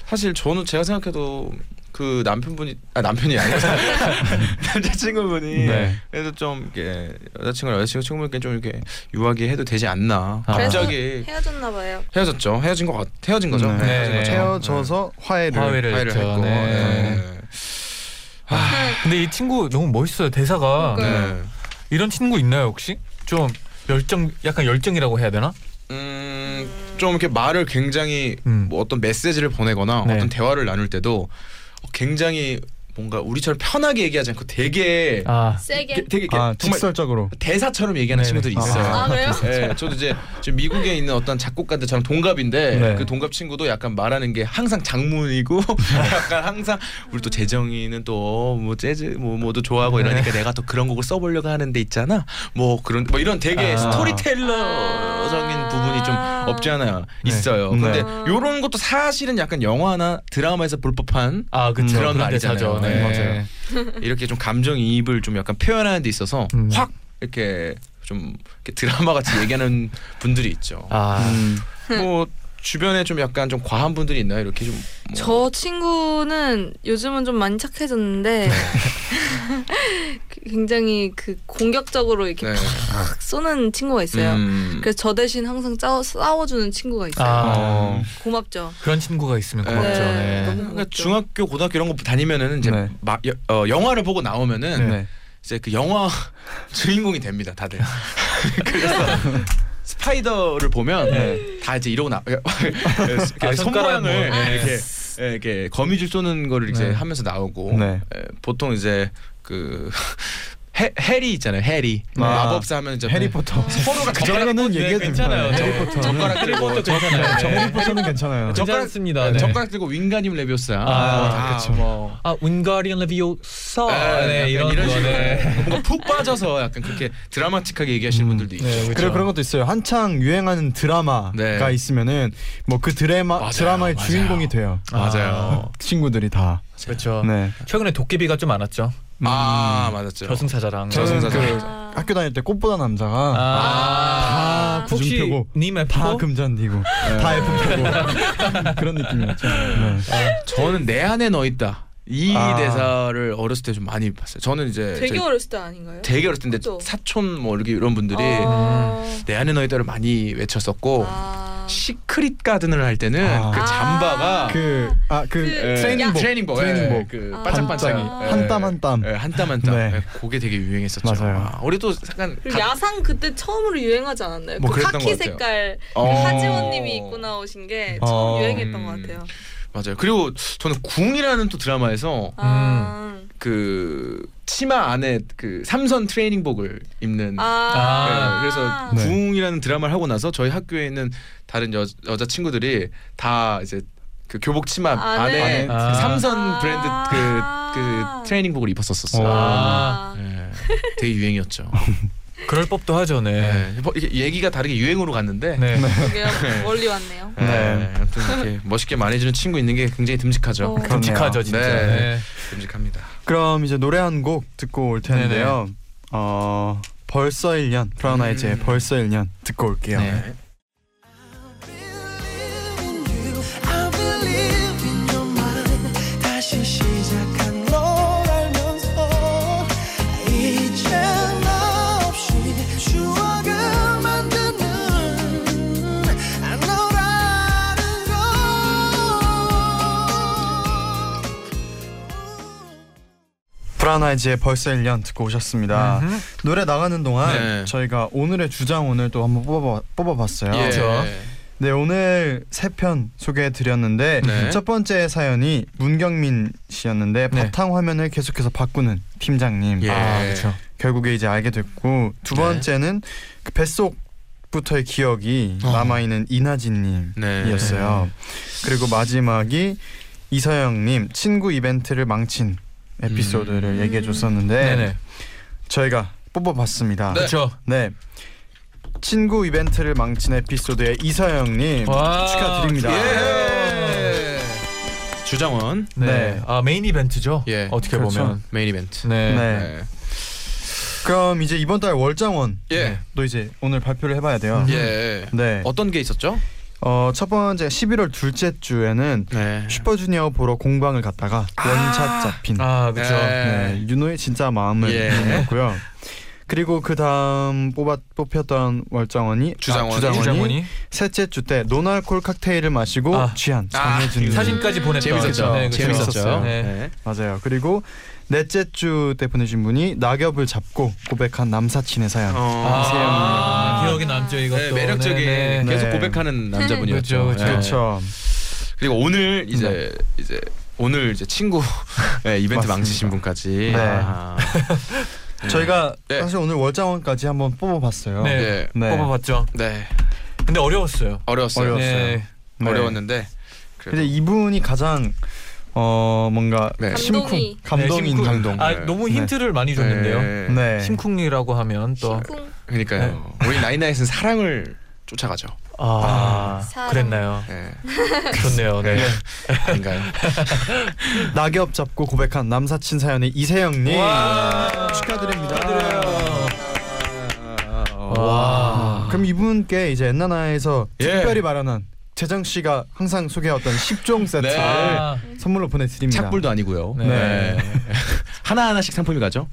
[SPEAKER 4] 사실 저는 제가 생각해도
[SPEAKER 6] 그 남편분이 아 남편이 아니라 남자친구분이
[SPEAKER 2] 네.
[SPEAKER 6] 그래서 좀 이렇게 여자친구 여자친구 친구분께 좀 이렇게 유하게 해도 되지 않나
[SPEAKER 3] 아.
[SPEAKER 6] 갑자기
[SPEAKER 7] 헤어졌나 봐요.
[SPEAKER 4] 아,
[SPEAKER 6] 헤어졌죠 헤어진 것 같, 헤어진 거죠
[SPEAKER 2] 네.
[SPEAKER 6] 헤어진 거죠.
[SPEAKER 2] 헤어져서 화해를.
[SPEAKER 6] 네.
[SPEAKER 3] 화해를,
[SPEAKER 6] 화해를
[SPEAKER 4] 그렇죠.
[SPEAKER 3] 했죠.
[SPEAKER 6] 했고
[SPEAKER 3] 네.
[SPEAKER 6] 네.
[SPEAKER 3] 근데 이 친구 너무 멋있어요 대사가
[SPEAKER 6] 네.
[SPEAKER 3] 이런 친구 있나요 혹시 좀 열정 약간 열정이라고 해야 되나
[SPEAKER 6] 음, 좀 이렇게 말을 굉장히
[SPEAKER 3] 음.
[SPEAKER 6] 뭐 어떤 메시지를 보내거나
[SPEAKER 3] 네.
[SPEAKER 6] 어떤 대화를 나눌 때도 굉장히 뭔가 우리처럼 편하게 얘기하지 않고 되게
[SPEAKER 3] 아
[SPEAKER 6] 게-
[SPEAKER 7] 세게.
[SPEAKER 6] 되게 이렇게
[SPEAKER 2] 아,
[SPEAKER 6] 정말
[SPEAKER 2] 직설적으로.
[SPEAKER 6] 대사처럼 얘기하는
[SPEAKER 3] 네네.
[SPEAKER 6] 친구들이
[SPEAKER 2] 아.
[SPEAKER 6] 있어요.
[SPEAKER 7] 아 그래요?
[SPEAKER 6] 예, 저도 이제 지금 미국에 있는 어떤 작곡가들 저랑 동갑인데
[SPEAKER 2] 네.
[SPEAKER 6] 그 동갑 친구도 약간 말하는 게 항상 장문이고 약간 항상 우리 또 재정이는 또 뭐 재즈 뭐 뭐도 좋아하고 이러니까 내가 또 그런 곡을 써보려고 하는데 있잖아 뭐 그런 뭐 이런 되게
[SPEAKER 3] 아.
[SPEAKER 4] 그-
[SPEAKER 7] 아.
[SPEAKER 6] 스토리텔러적인 부분이 좀 없지 않아
[SPEAKER 3] 네.
[SPEAKER 6] 있어요. 근데
[SPEAKER 7] 네.
[SPEAKER 6] 이런 것도 사실은 약간 영화나 드라마에서 볼 법한
[SPEAKER 3] 아, 그쵸.
[SPEAKER 6] 그런
[SPEAKER 3] 그런
[SPEAKER 6] 말이잖아요.
[SPEAKER 3] 대사죠. 네.
[SPEAKER 6] 맞아요. 이렇게 좀 감정 이입을 좀 약간 표현하는 데 있어서
[SPEAKER 3] 음.
[SPEAKER 6] 확 이렇게 좀 이렇게 드라마 같이 얘기하는 분들이 있죠.
[SPEAKER 3] 아,
[SPEAKER 2] 음.
[SPEAKER 6] 뭐 주변에 좀 약간 좀 과한 분들이 있나요? 이렇게 좀 뭐.
[SPEAKER 7] 저 친구는 요즘은 좀 많이
[SPEAKER 6] 네.
[SPEAKER 7] 착해졌는데 굉장히 그 공격적으로 이렇게
[SPEAKER 6] 네.
[SPEAKER 7] 팍 쏘는 친구가 있어요.
[SPEAKER 6] 음.
[SPEAKER 7] 그래서 저 대신 항상 싸워, 싸워주는 친구가 있어요.
[SPEAKER 3] 아.
[SPEAKER 6] 어.
[SPEAKER 7] 고맙죠.
[SPEAKER 3] 그런 친구가 있으면
[SPEAKER 6] 네.
[SPEAKER 3] 고맙죠.
[SPEAKER 7] 네.
[SPEAKER 3] 네.
[SPEAKER 7] 너무
[SPEAKER 6] 그러니까
[SPEAKER 7] 고맙죠.
[SPEAKER 6] 중학교 고등학교 이런 거 다니면은 이제
[SPEAKER 2] 네.
[SPEAKER 6] 마, 여, 어, 영화를 보고 나오면은
[SPEAKER 2] 네.
[SPEAKER 6] 이제 그 영화 주인공이 됩니다 다들 그래서 스파이더를 보면 다 이제 이러고 나 어, 이렇게
[SPEAKER 3] 아, 손가락
[SPEAKER 6] 손모양을
[SPEAKER 3] 뭐, 네.
[SPEAKER 6] 이렇게 예, 이렇게 거미줄 쏘는 거를 이제
[SPEAKER 3] 네.
[SPEAKER 6] 하면서 나오고
[SPEAKER 2] 네.
[SPEAKER 6] 예, 보통 이제 그 해, 해리 있잖아요 해리
[SPEAKER 2] 아.
[SPEAKER 6] 마법사 하면 이제
[SPEAKER 2] 해리포터.
[SPEAKER 6] 네. 서로가
[SPEAKER 2] 그 정도는 얘기해도
[SPEAKER 3] 네, 괜찮아요.
[SPEAKER 2] 됩니다.
[SPEAKER 3] 네.
[SPEAKER 2] 해리포터는.
[SPEAKER 6] 젓가락 들고
[SPEAKER 3] 괜찮아요.
[SPEAKER 2] 해리포터는 괜찮아요.
[SPEAKER 6] 저-
[SPEAKER 3] 괜찮습니다.
[SPEAKER 6] 네.
[SPEAKER 3] 네.
[SPEAKER 6] 젓가락 들고 윙가님 레비오사
[SPEAKER 3] 아,
[SPEAKER 2] 그쵸.
[SPEAKER 6] 뭐.
[SPEAKER 3] 아, 운가리언 레비오사.
[SPEAKER 2] 아,
[SPEAKER 6] 네,
[SPEAKER 3] 네, 이런
[SPEAKER 6] 이런, 이런 식으로
[SPEAKER 3] 거네.
[SPEAKER 6] 뭔가 푹 빠져서 약간 그렇게 드라마틱하게 얘기하시는 분들도 있죠.
[SPEAKER 3] 네,
[SPEAKER 2] 그리고 그런 것도 있어요. 한창 유행하는 드라마가
[SPEAKER 6] 네.
[SPEAKER 2] 있으면은 뭐 그 드라마
[SPEAKER 6] 맞아요,
[SPEAKER 2] 드라마의
[SPEAKER 6] 맞아요.
[SPEAKER 2] 주인공이 돼요.
[SPEAKER 6] 맞아요.
[SPEAKER 2] 친구들이 다.
[SPEAKER 3] 그렇죠.
[SPEAKER 2] 네.
[SPEAKER 3] 최근에 도깨비가 좀 많았죠.
[SPEAKER 2] 음.
[SPEAKER 6] 아 맞았죠.
[SPEAKER 3] 저승사자랑.
[SPEAKER 2] 저는
[SPEAKER 6] 저승사자.
[SPEAKER 2] 그 학교 다닐 때 꽃보다 남자가
[SPEAKER 3] 아,
[SPEAKER 2] 다 구준표고
[SPEAKER 3] 님
[SPEAKER 2] 다
[SPEAKER 6] 어?
[SPEAKER 3] F?
[SPEAKER 2] 금잔디고
[SPEAKER 6] 네.
[SPEAKER 2] 다 F표고 그런 느낌이었죠. 네.
[SPEAKER 6] 저는 내 안에 너 있다 이
[SPEAKER 2] 아.
[SPEAKER 6] 대사를 어렸을 때 좀 많이 봤어요. 저는 이제
[SPEAKER 7] 되게
[SPEAKER 6] 저희
[SPEAKER 7] 어렸을 때 아닌가요?
[SPEAKER 6] 되게 어렸을 때
[SPEAKER 7] 그죠?
[SPEAKER 6] 사촌 뭐 이렇게 이런 분들이
[SPEAKER 7] 아.
[SPEAKER 6] 내 안에 너 있다를 많이 외쳤었고
[SPEAKER 7] 아.
[SPEAKER 6] 시크릿 가든을 할 때는
[SPEAKER 2] 아.
[SPEAKER 6] 그 잠바가
[SPEAKER 2] 그 아 그
[SPEAKER 7] 그
[SPEAKER 2] 트레이닝복
[SPEAKER 6] 트레이닝복,
[SPEAKER 2] 트레이닝복.
[SPEAKER 6] 예, 그
[SPEAKER 7] 아.
[SPEAKER 6] 반짝반짝이 네.
[SPEAKER 7] 반짝이.
[SPEAKER 2] 한땀 한 땀.
[SPEAKER 6] 예, 한땀 한땀
[SPEAKER 2] 네.
[SPEAKER 6] 그게 되게 유행했었죠.
[SPEAKER 2] 맞아요.
[SPEAKER 6] 아, 우리도 약간
[SPEAKER 7] 그리고
[SPEAKER 6] 가-
[SPEAKER 7] 야상 그때 처음으로 유행하지 않았나요?
[SPEAKER 6] 뭐
[SPEAKER 7] 그
[SPEAKER 6] 그랬던
[SPEAKER 7] 카키
[SPEAKER 6] 것 같아요.
[SPEAKER 7] 색깔 그
[SPEAKER 6] 어.
[SPEAKER 7] 하지원님이 입고 나오신 게 처음
[SPEAKER 2] 어.
[SPEAKER 7] 유행했던 것
[SPEAKER 6] 음.
[SPEAKER 7] 같아요.
[SPEAKER 6] 맞아요. 그리고 저는 궁이라는 또 드라마에서
[SPEAKER 7] 아,
[SPEAKER 6] 그 치마 안에 그 삼선 트레이닝복을 입는
[SPEAKER 7] 아.
[SPEAKER 6] 네, 그래서
[SPEAKER 2] 네.
[SPEAKER 6] 궁이라는 드라마를 하고 나서 저희 학교에 있는 다른 여, 여자 친구들이 다 이제 그 교복 치마
[SPEAKER 7] 아,
[SPEAKER 6] 안에,
[SPEAKER 7] 네.
[SPEAKER 6] 그
[SPEAKER 3] 아.
[SPEAKER 6] 삼선 브랜드 그,
[SPEAKER 7] 아.
[SPEAKER 6] 그 트레이닝복을 입었었어요.
[SPEAKER 2] 오.
[SPEAKER 3] 아.
[SPEAKER 6] 네, 되게 유행이었죠.
[SPEAKER 3] 그럴 법도 하죠, 네.
[SPEAKER 6] 네. 뭐 이게 얘기가 다르게 유행으로 갔는데.
[SPEAKER 3] 네.
[SPEAKER 7] 그게요. 멀리 왔네요.
[SPEAKER 6] 네.
[SPEAKER 2] 네.
[SPEAKER 6] 아무튼 이렇게 멋있게 말해주는 친구 있는 게 굉장히 듬직하죠.
[SPEAKER 7] 어.
[SPEAKER 3] 듬직하죠,
[SPEAKER 2] 그렇네요.
[SPEAKER 3] 진짜.
[SPEAKER 6] 네.
[SPEAKER 3] 네.
[SPEAKER 6] 듬직합니다.
[SPEAKER 2] 그럼 이제 노래 한 곡 듣고 올 텐데요. 어 벌써 1년 브라운 아이즈의
[SPEAKER 6] 음.
[SPEAKER 2] 벌써 1년 듣고 올게요.
[SPEAKER 6] 네.
[SPEAKER 5] I believe in your mind 다시 시작한 걸 알면서 이제 나 없이 추억을 만드는 안 너라는 걸
[SPEAKER 2] 브라운 아이즈의 벌써 1년 듣고 오셨습니다.
[SPEAKER 3] 음흠.
[SPEAKER 2] 노래 나가는 동안
[SPEAKER 6] 네.
[SPEAKER 2] 저희가 오늘의 주장 오늘 또 한번 뽑아봐, 뽑아봤어요.
[SPEAKER 6] 예.
[SPEAKER 3] 그렇죠.
[SPEAKER 2] 네 오늘 세 편 소개해드렸는데
[SPEAKER 6] 네.
[SPEAKER 2] 첫 번째 사연이 문경민 씨였는데
[SPEAKER 3] 네.
[SPEAKER 2] 바탕 화면을 계속해서 바꾸는 팀장님
[SPEAKER 6] 예.
[SPEAKER 3] 아, 그렇죠.
[SPEAKER 2] 결국에 이제 알게 됐고 두
[SPEAKER 6] 네.
[SPEAKER 2] 번째는 그 뱃속부터의 기억이
[SPEAKER 6] 어.
[SPEAKER 2] 남아있는 이나진님
[SPEAKER 6] 네.
[SPEAKER 2] 이었어요. 그리고 마지막이 이서영님 친구 이벤트를 망친 에피소드를
[SPEAKER 7] 음.
[SPEAKER 2] 얘기해줬었는데
[SPEAKER 3] 네, 네.
[SPEAKER 2] 저희가 뽑아봤습니다. 네.
[SPEAKER 3] 그렇죠.
[SPEAKER 2] 친구 이벤트를 망친 에피소드의 이서영님
[SPEAKER 3] 와.
[SPEAKER 2] 축하드립니다.
[SPEAKER 6] 예. 주장원
[SPEAKER 3] 네.
[SPEAKER 2] 네.
[SPEAKER 3] 아, 메인 이벤트죠.
[SPEAKER 6] 예.
[SPEAKER 3] 어떻게
[SPEAKER 2] 그렇죠.
[SPEAKER 3] 보면.
[SPEAKER 6] 메인 이벤트.
[SPEAKER 3] 네.
[SPEAKER 2] 네. 그럼 이제 이번 달 월장원도
[SPEAKER 6] 예.
[SPEAKER 3] 음.
[SPEAKER 2] 이제 오늘 발표를 해봐야 돼요.
[SPEAKER 6] 예.
[SPEAKER 2] 네.
[SPEAKER 6] 어떤 게 있었죠?
[SPEAKER 2] 어, 첫 번째 11월 둘째 주에는
[SPEAKER 6] 네. 아.
[SPEAKER 2] 슈퍼주니어 보러 공방을 갔다가 원샷 잡힌
[SPEAKER 3] 아 그렇죠.
[SPEAKER 2] 네, 윤호의 진짜 마음을
[SPEAKER 6] 예.
[SPEAKER 2] 보였고요. 그리고 그 다음 뽑았 뽑혔던 월정원이 아,
[SPEAKER 6] 주장원이.
[SPEAKER 2] 주장원이,
[SPEAKER 3] 주장원이
[SPEAKER 2] 셋째 주 때 노날콜 칵테일을 마시고
[SPEAKER 3] 아.
[SPEAKER 2] 취한
[SPEAKER 6] 아,
[SPEAKER 2] 정해준
[SPEAKER 3] 사진까지 보냈던
[SPEAKER 6] 재밌었죠.
[SPEAKER 3] 네, 그렇죠.
[SPEAKER 6] 재밌었어요.
[SPEAKER 3] 네.
[SPEAKER 2] 맞아요. 그리고 넷째 주 때 보내신 분이 낙엽을 잡고 고백한 남사친의 사연.
[SPEAKER 6] 아,
[SPEAKER 3] 아, 기억에 남죠 이것도.
[SPEAKER 6] 네, 매력적인
[SPEAKER 3] 네, 네.
[SPEAKER 6] 계속
[SPEAKER 2] 네.
[SPEAKER 6] 고백하는 남자분이었죠.
[SPEAKER 3] 그렇죠, 그렇죠.
[SPEAKER 6] 예.
[SPEAKER 2] 그렇죠.
[SPEAKER 6] 그리고 오늘 이제 이제 오늘 이제 친구 예, 이벤트
[SPEAKER 2] 맞습니다.
[SPEAKER 6] 망치신 분까지.
[SPEAKER 2] 네.
[SPEAKER 6] 아.
[SPEAKER 2] 저희가
[SPEAKER 6] 네.
[SPEAKER 2] 사실 오늘 월장원까지 한번 뽑아봤어요.
[SPEAKER 3] 네.
[SPEAKER 6] 네.
[SPEAKER 2] 네.
[SPEAKER 3] 뽑아봤죠.
[SPEAKER 6] 네.
[SPEAKER 3] 근데 어려웠어요.
[SPEAKER 6] 어려웠어요.
[SPEAKER 2] 어려웠어요.
[SPEAKER 3] 네.
[SPEAKER 2] 네.
[SPEAKER 6] 어려웠는데 그래도
[SPEAKER 2] 근데 이분이 가장 어 뭔가
[SPEAKER 6] 네.
[SPEAKER 2] 심쿵
[SPEAKER 7] 감동이.
[SPEAKER 2] 감동인
[SPEAKER 3] 심쿵.
[SPEAKER 2] 감동.
[SPEAKER 3] 아
[SPEAKER 6] 네.
[SPEAKER 3] 너무
[SPEAKER 2] 네.
[SPEAKER 3] 힌트를 많이 줬는데요.
[SPEAKER 6] 네.
[SPEAKER 2] 네.
[SPEAKER 3] 심쿵이라고 하면 또
[SPEAKER 6] 그러니까요. 우리 나이나잇은 사랑을 쫓아가죠.
[SPEAKER 3] 아,
[SPEAKER 7] 사랑.
[SPEAKER 3] 그랬나요?
[SPEAKER 6] 네.
[SPEAKER 3] 좋네요. 네.
[SPEAKER 6] 네. 아닌가요?
[SPEAKER 2] 낙엽 잡고 고백한 남사친 사연의 이세영님
[SPEAKER 3] 네.
[SPEAKER 2] 축하드립니다.
[SPEAKER 3] 와.
[SPEAKER 2] 아. 그럼 이분께 이제 엔나나에서
[SPEAKER 6] 예.
[SPEAKER 2] 특별히 마련한 재정 씨가 항상 소개했던 10종 세트를
[SPEAKER 3] 아,
[SPEAKER 2] 선물로 보내드립니다.
[SPEAKER 6] 착불도 아니고요.
[SPEAKER 3] 네.
[SPEAKER 6] 네. 하나 하나씩 상품이 가죠.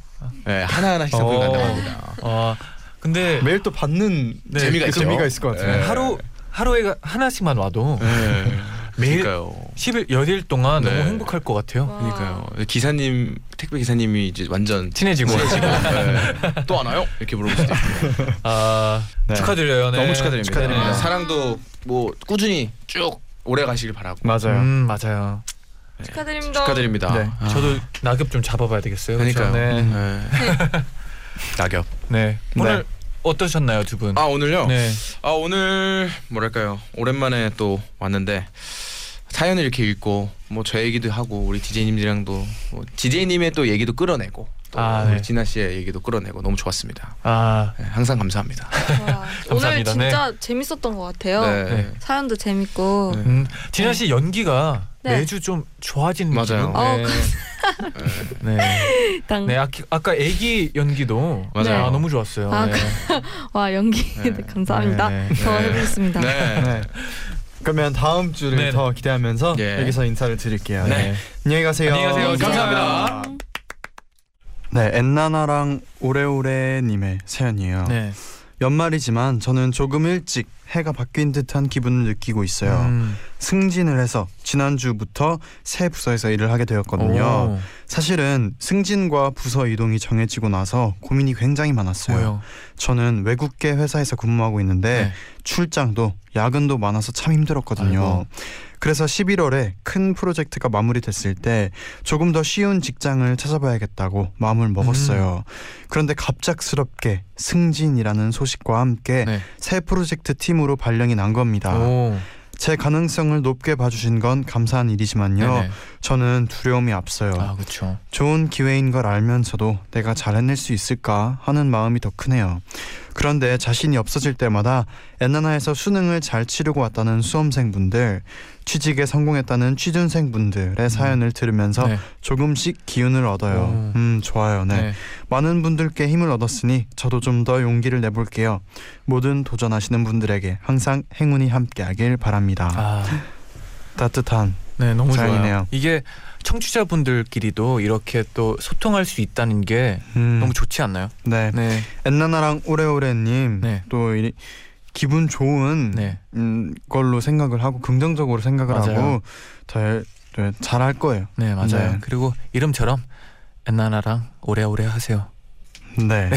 [SPEAKER 6] 네, 하나 하나씩 상품이
[SPEAKER 3] 어.
[SPEAKER 6] 간답니다.
[SPEAKER 3] 아, 근데
[SPEAKER 2] 매일 또 받는
[SPEAKER 3] 네.
[SPEAKER 6] 재미가
[SPEAKER 2] 그
[SPEAKER 6] 있죠.
[SPEAKER 2] 재미가 있을 것 같아요.
[SPEAKER 6] 네.
[SPEAKER 3] 하루 하루에 하나씩만 와도
[SPEAKER 6] 네.
[SPEAKER 3] 매일-
[SPEAKER 6] 그러니까요.
[SPEAKER 3] 10일 여일 동안
[SPEAKER 6] 네.
[SPEAKER 3] 너무 행복할 것 같아요.
[SPEAKER 6] 그러니까요. 기사님 택배 기사님이 이제 완전
[SPEAKER 3] 친해지고.
[SPEAKER 6] 네. 또 하나요? 이렇게 물어볼 수도 있고
[SPEAKER 3] 아,
[SPEAKER 2] 네.
[SPEAKER 3] 축하드려요. 네.
[SPEAKER 6] 너무 축하드립니다.
[SPEAKER 2] 축하드립니다.
[SPEAKER 6] 네. 사랑도 뭐 꾸준히 쭉 오래 가시길 바라고
[SPEAKER 2] 맞아요.
[SPEAKER 3] 음, 맞아요.
[SPEAKER 7] 축하드립니다.
[SPEAKER 6] 축하드립니다.
[SPEAKER 2] 네.
[SPEAKER 6] 아.
[SPEAKER 3] 저도 낙엽 좀 잡아봐야 되겠어요. 그쵸?
[SPEAKER 6] 그러니까요.
[SPEAKER 3] 네.
[SPEAKER 6] 네. 낙엽.
[SPEAKER 3] 네. 오늘 어떠셨나요, 두 분?
[SPEAKER 6] 아 오늘요.
[SPEAKER 3] 네.
[SPEAKER 6] 아 오늘 뭐랄까요 오랜만에 또 왔는데 사연을 이렇게 읽고 뭐 저 얘기도 하고 우리 디제이님들이랑도 뭐 디제이님의 또 얘기도 끌어내고 또
[SPEAKER 3] 아,
[SPEAKER 6] 우리
[SPEAKER 3] 네.
[SPEAKER 6] 진아 씨의 얘기도 끌어내고 너무 좋았습니다.
[SPEAKER 3] 아,
[SPEAKER 6] 네, 항상 감사합니다.
[SPEAKER 7] 오늘
[SPEAKER 3] 감사합니다. 네.
[SPEAKER 7] 진짜 재밌었던 것 같아요.
[SPEAKER 3] 어.
[SPEAKER 6] 네.
[SPEAKER 7] 사연도 재밌고
[SPEAKER 6] 네.
[SPEAKER 3] 음, 진아 씨 연기가
[SPEAKER 7] 네.
[SPEAKER 3] 매주 좀 좋아지는
[SPEAKER 6] 맞아요.
[SPEAKER 7] 어,
[SPEAKER 3] 기분? 네. 네.
[SPEAKER 7] 당.
[SPEAKER 3] 네, 아까, 아까 애기 연기도
[SPEAKER 6] 맞아요.
[SPEAKER 3] 아, 너무 좋았어요.
[SPEAKER 7] 아,
[SPEAKER 3] 네.
[SPEAKER 7] 와 연기
[SPEAKER 6] 네.
[SPEAKER 7] 감사합니다.
[SPEAKER 3] 네, 네,
[SPEAKER 7] 더
[SPEAKER 6] 네.
[SPEAKER 7] 해보겠습니다.
[SPEAKER 6] 네.
[SPEAKER 2] 네. 그러면 다음 주를
[SPEAKER 3] 네.
[SPEAKER 2] 더 기대하면서
[SPEAKER 6] 예.
[SPEAKER 2] 여기서 인사를 드릴게요.
[SPEAKER 3] 네.
[SPEAKER 2] 안녕히 가세요.
[SPEAKER 3] 안녕히 가세요. 네, 감사합니다.
[SPEAKER 2] 네, 엔나나랑 오래오래님의 사연이에요.
[SPEAKER 3] 네.
[SPEAKER 2] 연말이지만 저는 조금 일찍 해가 바뀐 듯한 기분을 느끼고
[SPEAKER 6] 네.
[SPEAKER 2] 있어요.
[SPEAKER 3] 음.
[SPEAKER 2] 승진을 해서 지난주부터 새 부서에서 일을 하게 되었거든요.
[SPEAKER 3] 오.
[SPEAKER 2] 사실은 승진과 부서 이동이 정해지고 나서 고민이 굉장히 많았어요.
[SPEAKER 3] 뭐요?
[SPEAKER 2] 저는 외국계 회사에서 근무하고 있는데
[SPEAKER 3] 네.
[SPEAKER 2] 출장도 야근도 많아서 참 힘들었거든요.
[SPEAKER 3] 아이고.
[SPEAKER 2] 그래서 11월에 큰 프로젝트가 마무리됐을 때 조금 더 쉬운 직장을 찾아봐야겠다고 마음을 먹었어요. 그런데 갑작스럽게 승진이라는 소식과 함께
[SPEAKER 3] 네.
[SPEAKER 2] 새 프로젝트 팀으로 발령이 난 겁니다.
[SPEAKER 3] 오.
[SPEAKER 2] 제 가능성을 높게 봐주신 건 감사한 일이지만요.
[SPEAKER 3] 네네.
[SPEAKER 2] 저는 두려움이 앞서요.
[SPEAKER 3] 아, 그렇죠.
[SPEAKER 2] 좋은 기회인 걸 알면서도 내가 잘 해낼 수 있을까 하는 마음이 더 크네요. 그런데 자신이 없어질 때마다 엔나나에서 수능을 잘 치르고 왔다는 수험생분들, 취직에 성공했다는 취준생분들의 사연을 들으면서
[SPEAKER 3] 음. 네.
[SPEAKER 2] 조금씩 기운을 얻어요. 음, 좋아요. 네.
[SPEAKER 3] 네.
[SPEAKER 2] 많은 분들께 힘을 얻었으니 저도 좀 더 용기를 내볼게요. 모든 도전하시는 분들에게 항상 행운이 함께하길 바랍니다.
[SPEAKER 3] 아.
[SPEAKER 2] 따뜻한
[SPEAKER 3] 네, 너무
[SPEAKER 2] 사연이네요.
[SPEAKER 3] 좋아요. 이게 청취자분들끼리도 이렇게 또 소통할 수 있다는 게
[SPEAKER 2] 음,
[SPEAKER 3] 너무 좋지 않나요?
[SPEAKER 2] 네.
[SPEAKER 3] 네.
[SPEAKER 2] 엔나나랑 오레오레님
[SPEAKER 3] 네.
[SPEAKER 2] 또 이, 기분 좋은
[SPEAKER 3] 네.
[SPEAKER 2] 음, 걸로 생각을 하고 긍정적으로 생각을
[SPEAKER 3] 맞아요.
[SPEAKER 2] 하고 잘 네, 잘할 거예요.
[SPEAKER 3] 네, 맞아요.
[SPEAKER 2] 네.
[SPEAKER 3] 그리고 이름처럼 엔나나랑 오래오래 하세요.
[SPEAKER 2] 네.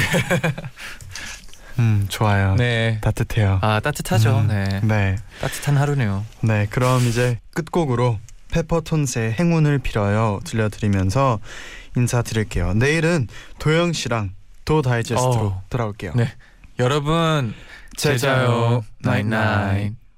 [SPEAKER 2] 음 좋아요.
[SPEAKER 3] 네.
[SPEAKER 2] 따뜻해요.
[SPEAKER 3] 아, 따뜻하죠.
[SPEAKER 2] 음,
[SPEAKER 3] 네.
[SPEAKER 2] 네.
[SPEAKER 3] 따뜻한 하루네요.
[SPEAKER 2] 네. 그럼 이제 끝곡으로 페퍼톤스의 행운을 빌어요 들려드리면서 인사드릴게요. 내일은 도영 씨랑 도 다이제스트로
[SPEAKER 3] 어우.
[SPEAKER 2] 돌아올게요.
[SPEAKER 3] 네. 여러분, 제자요. 나잇나잇.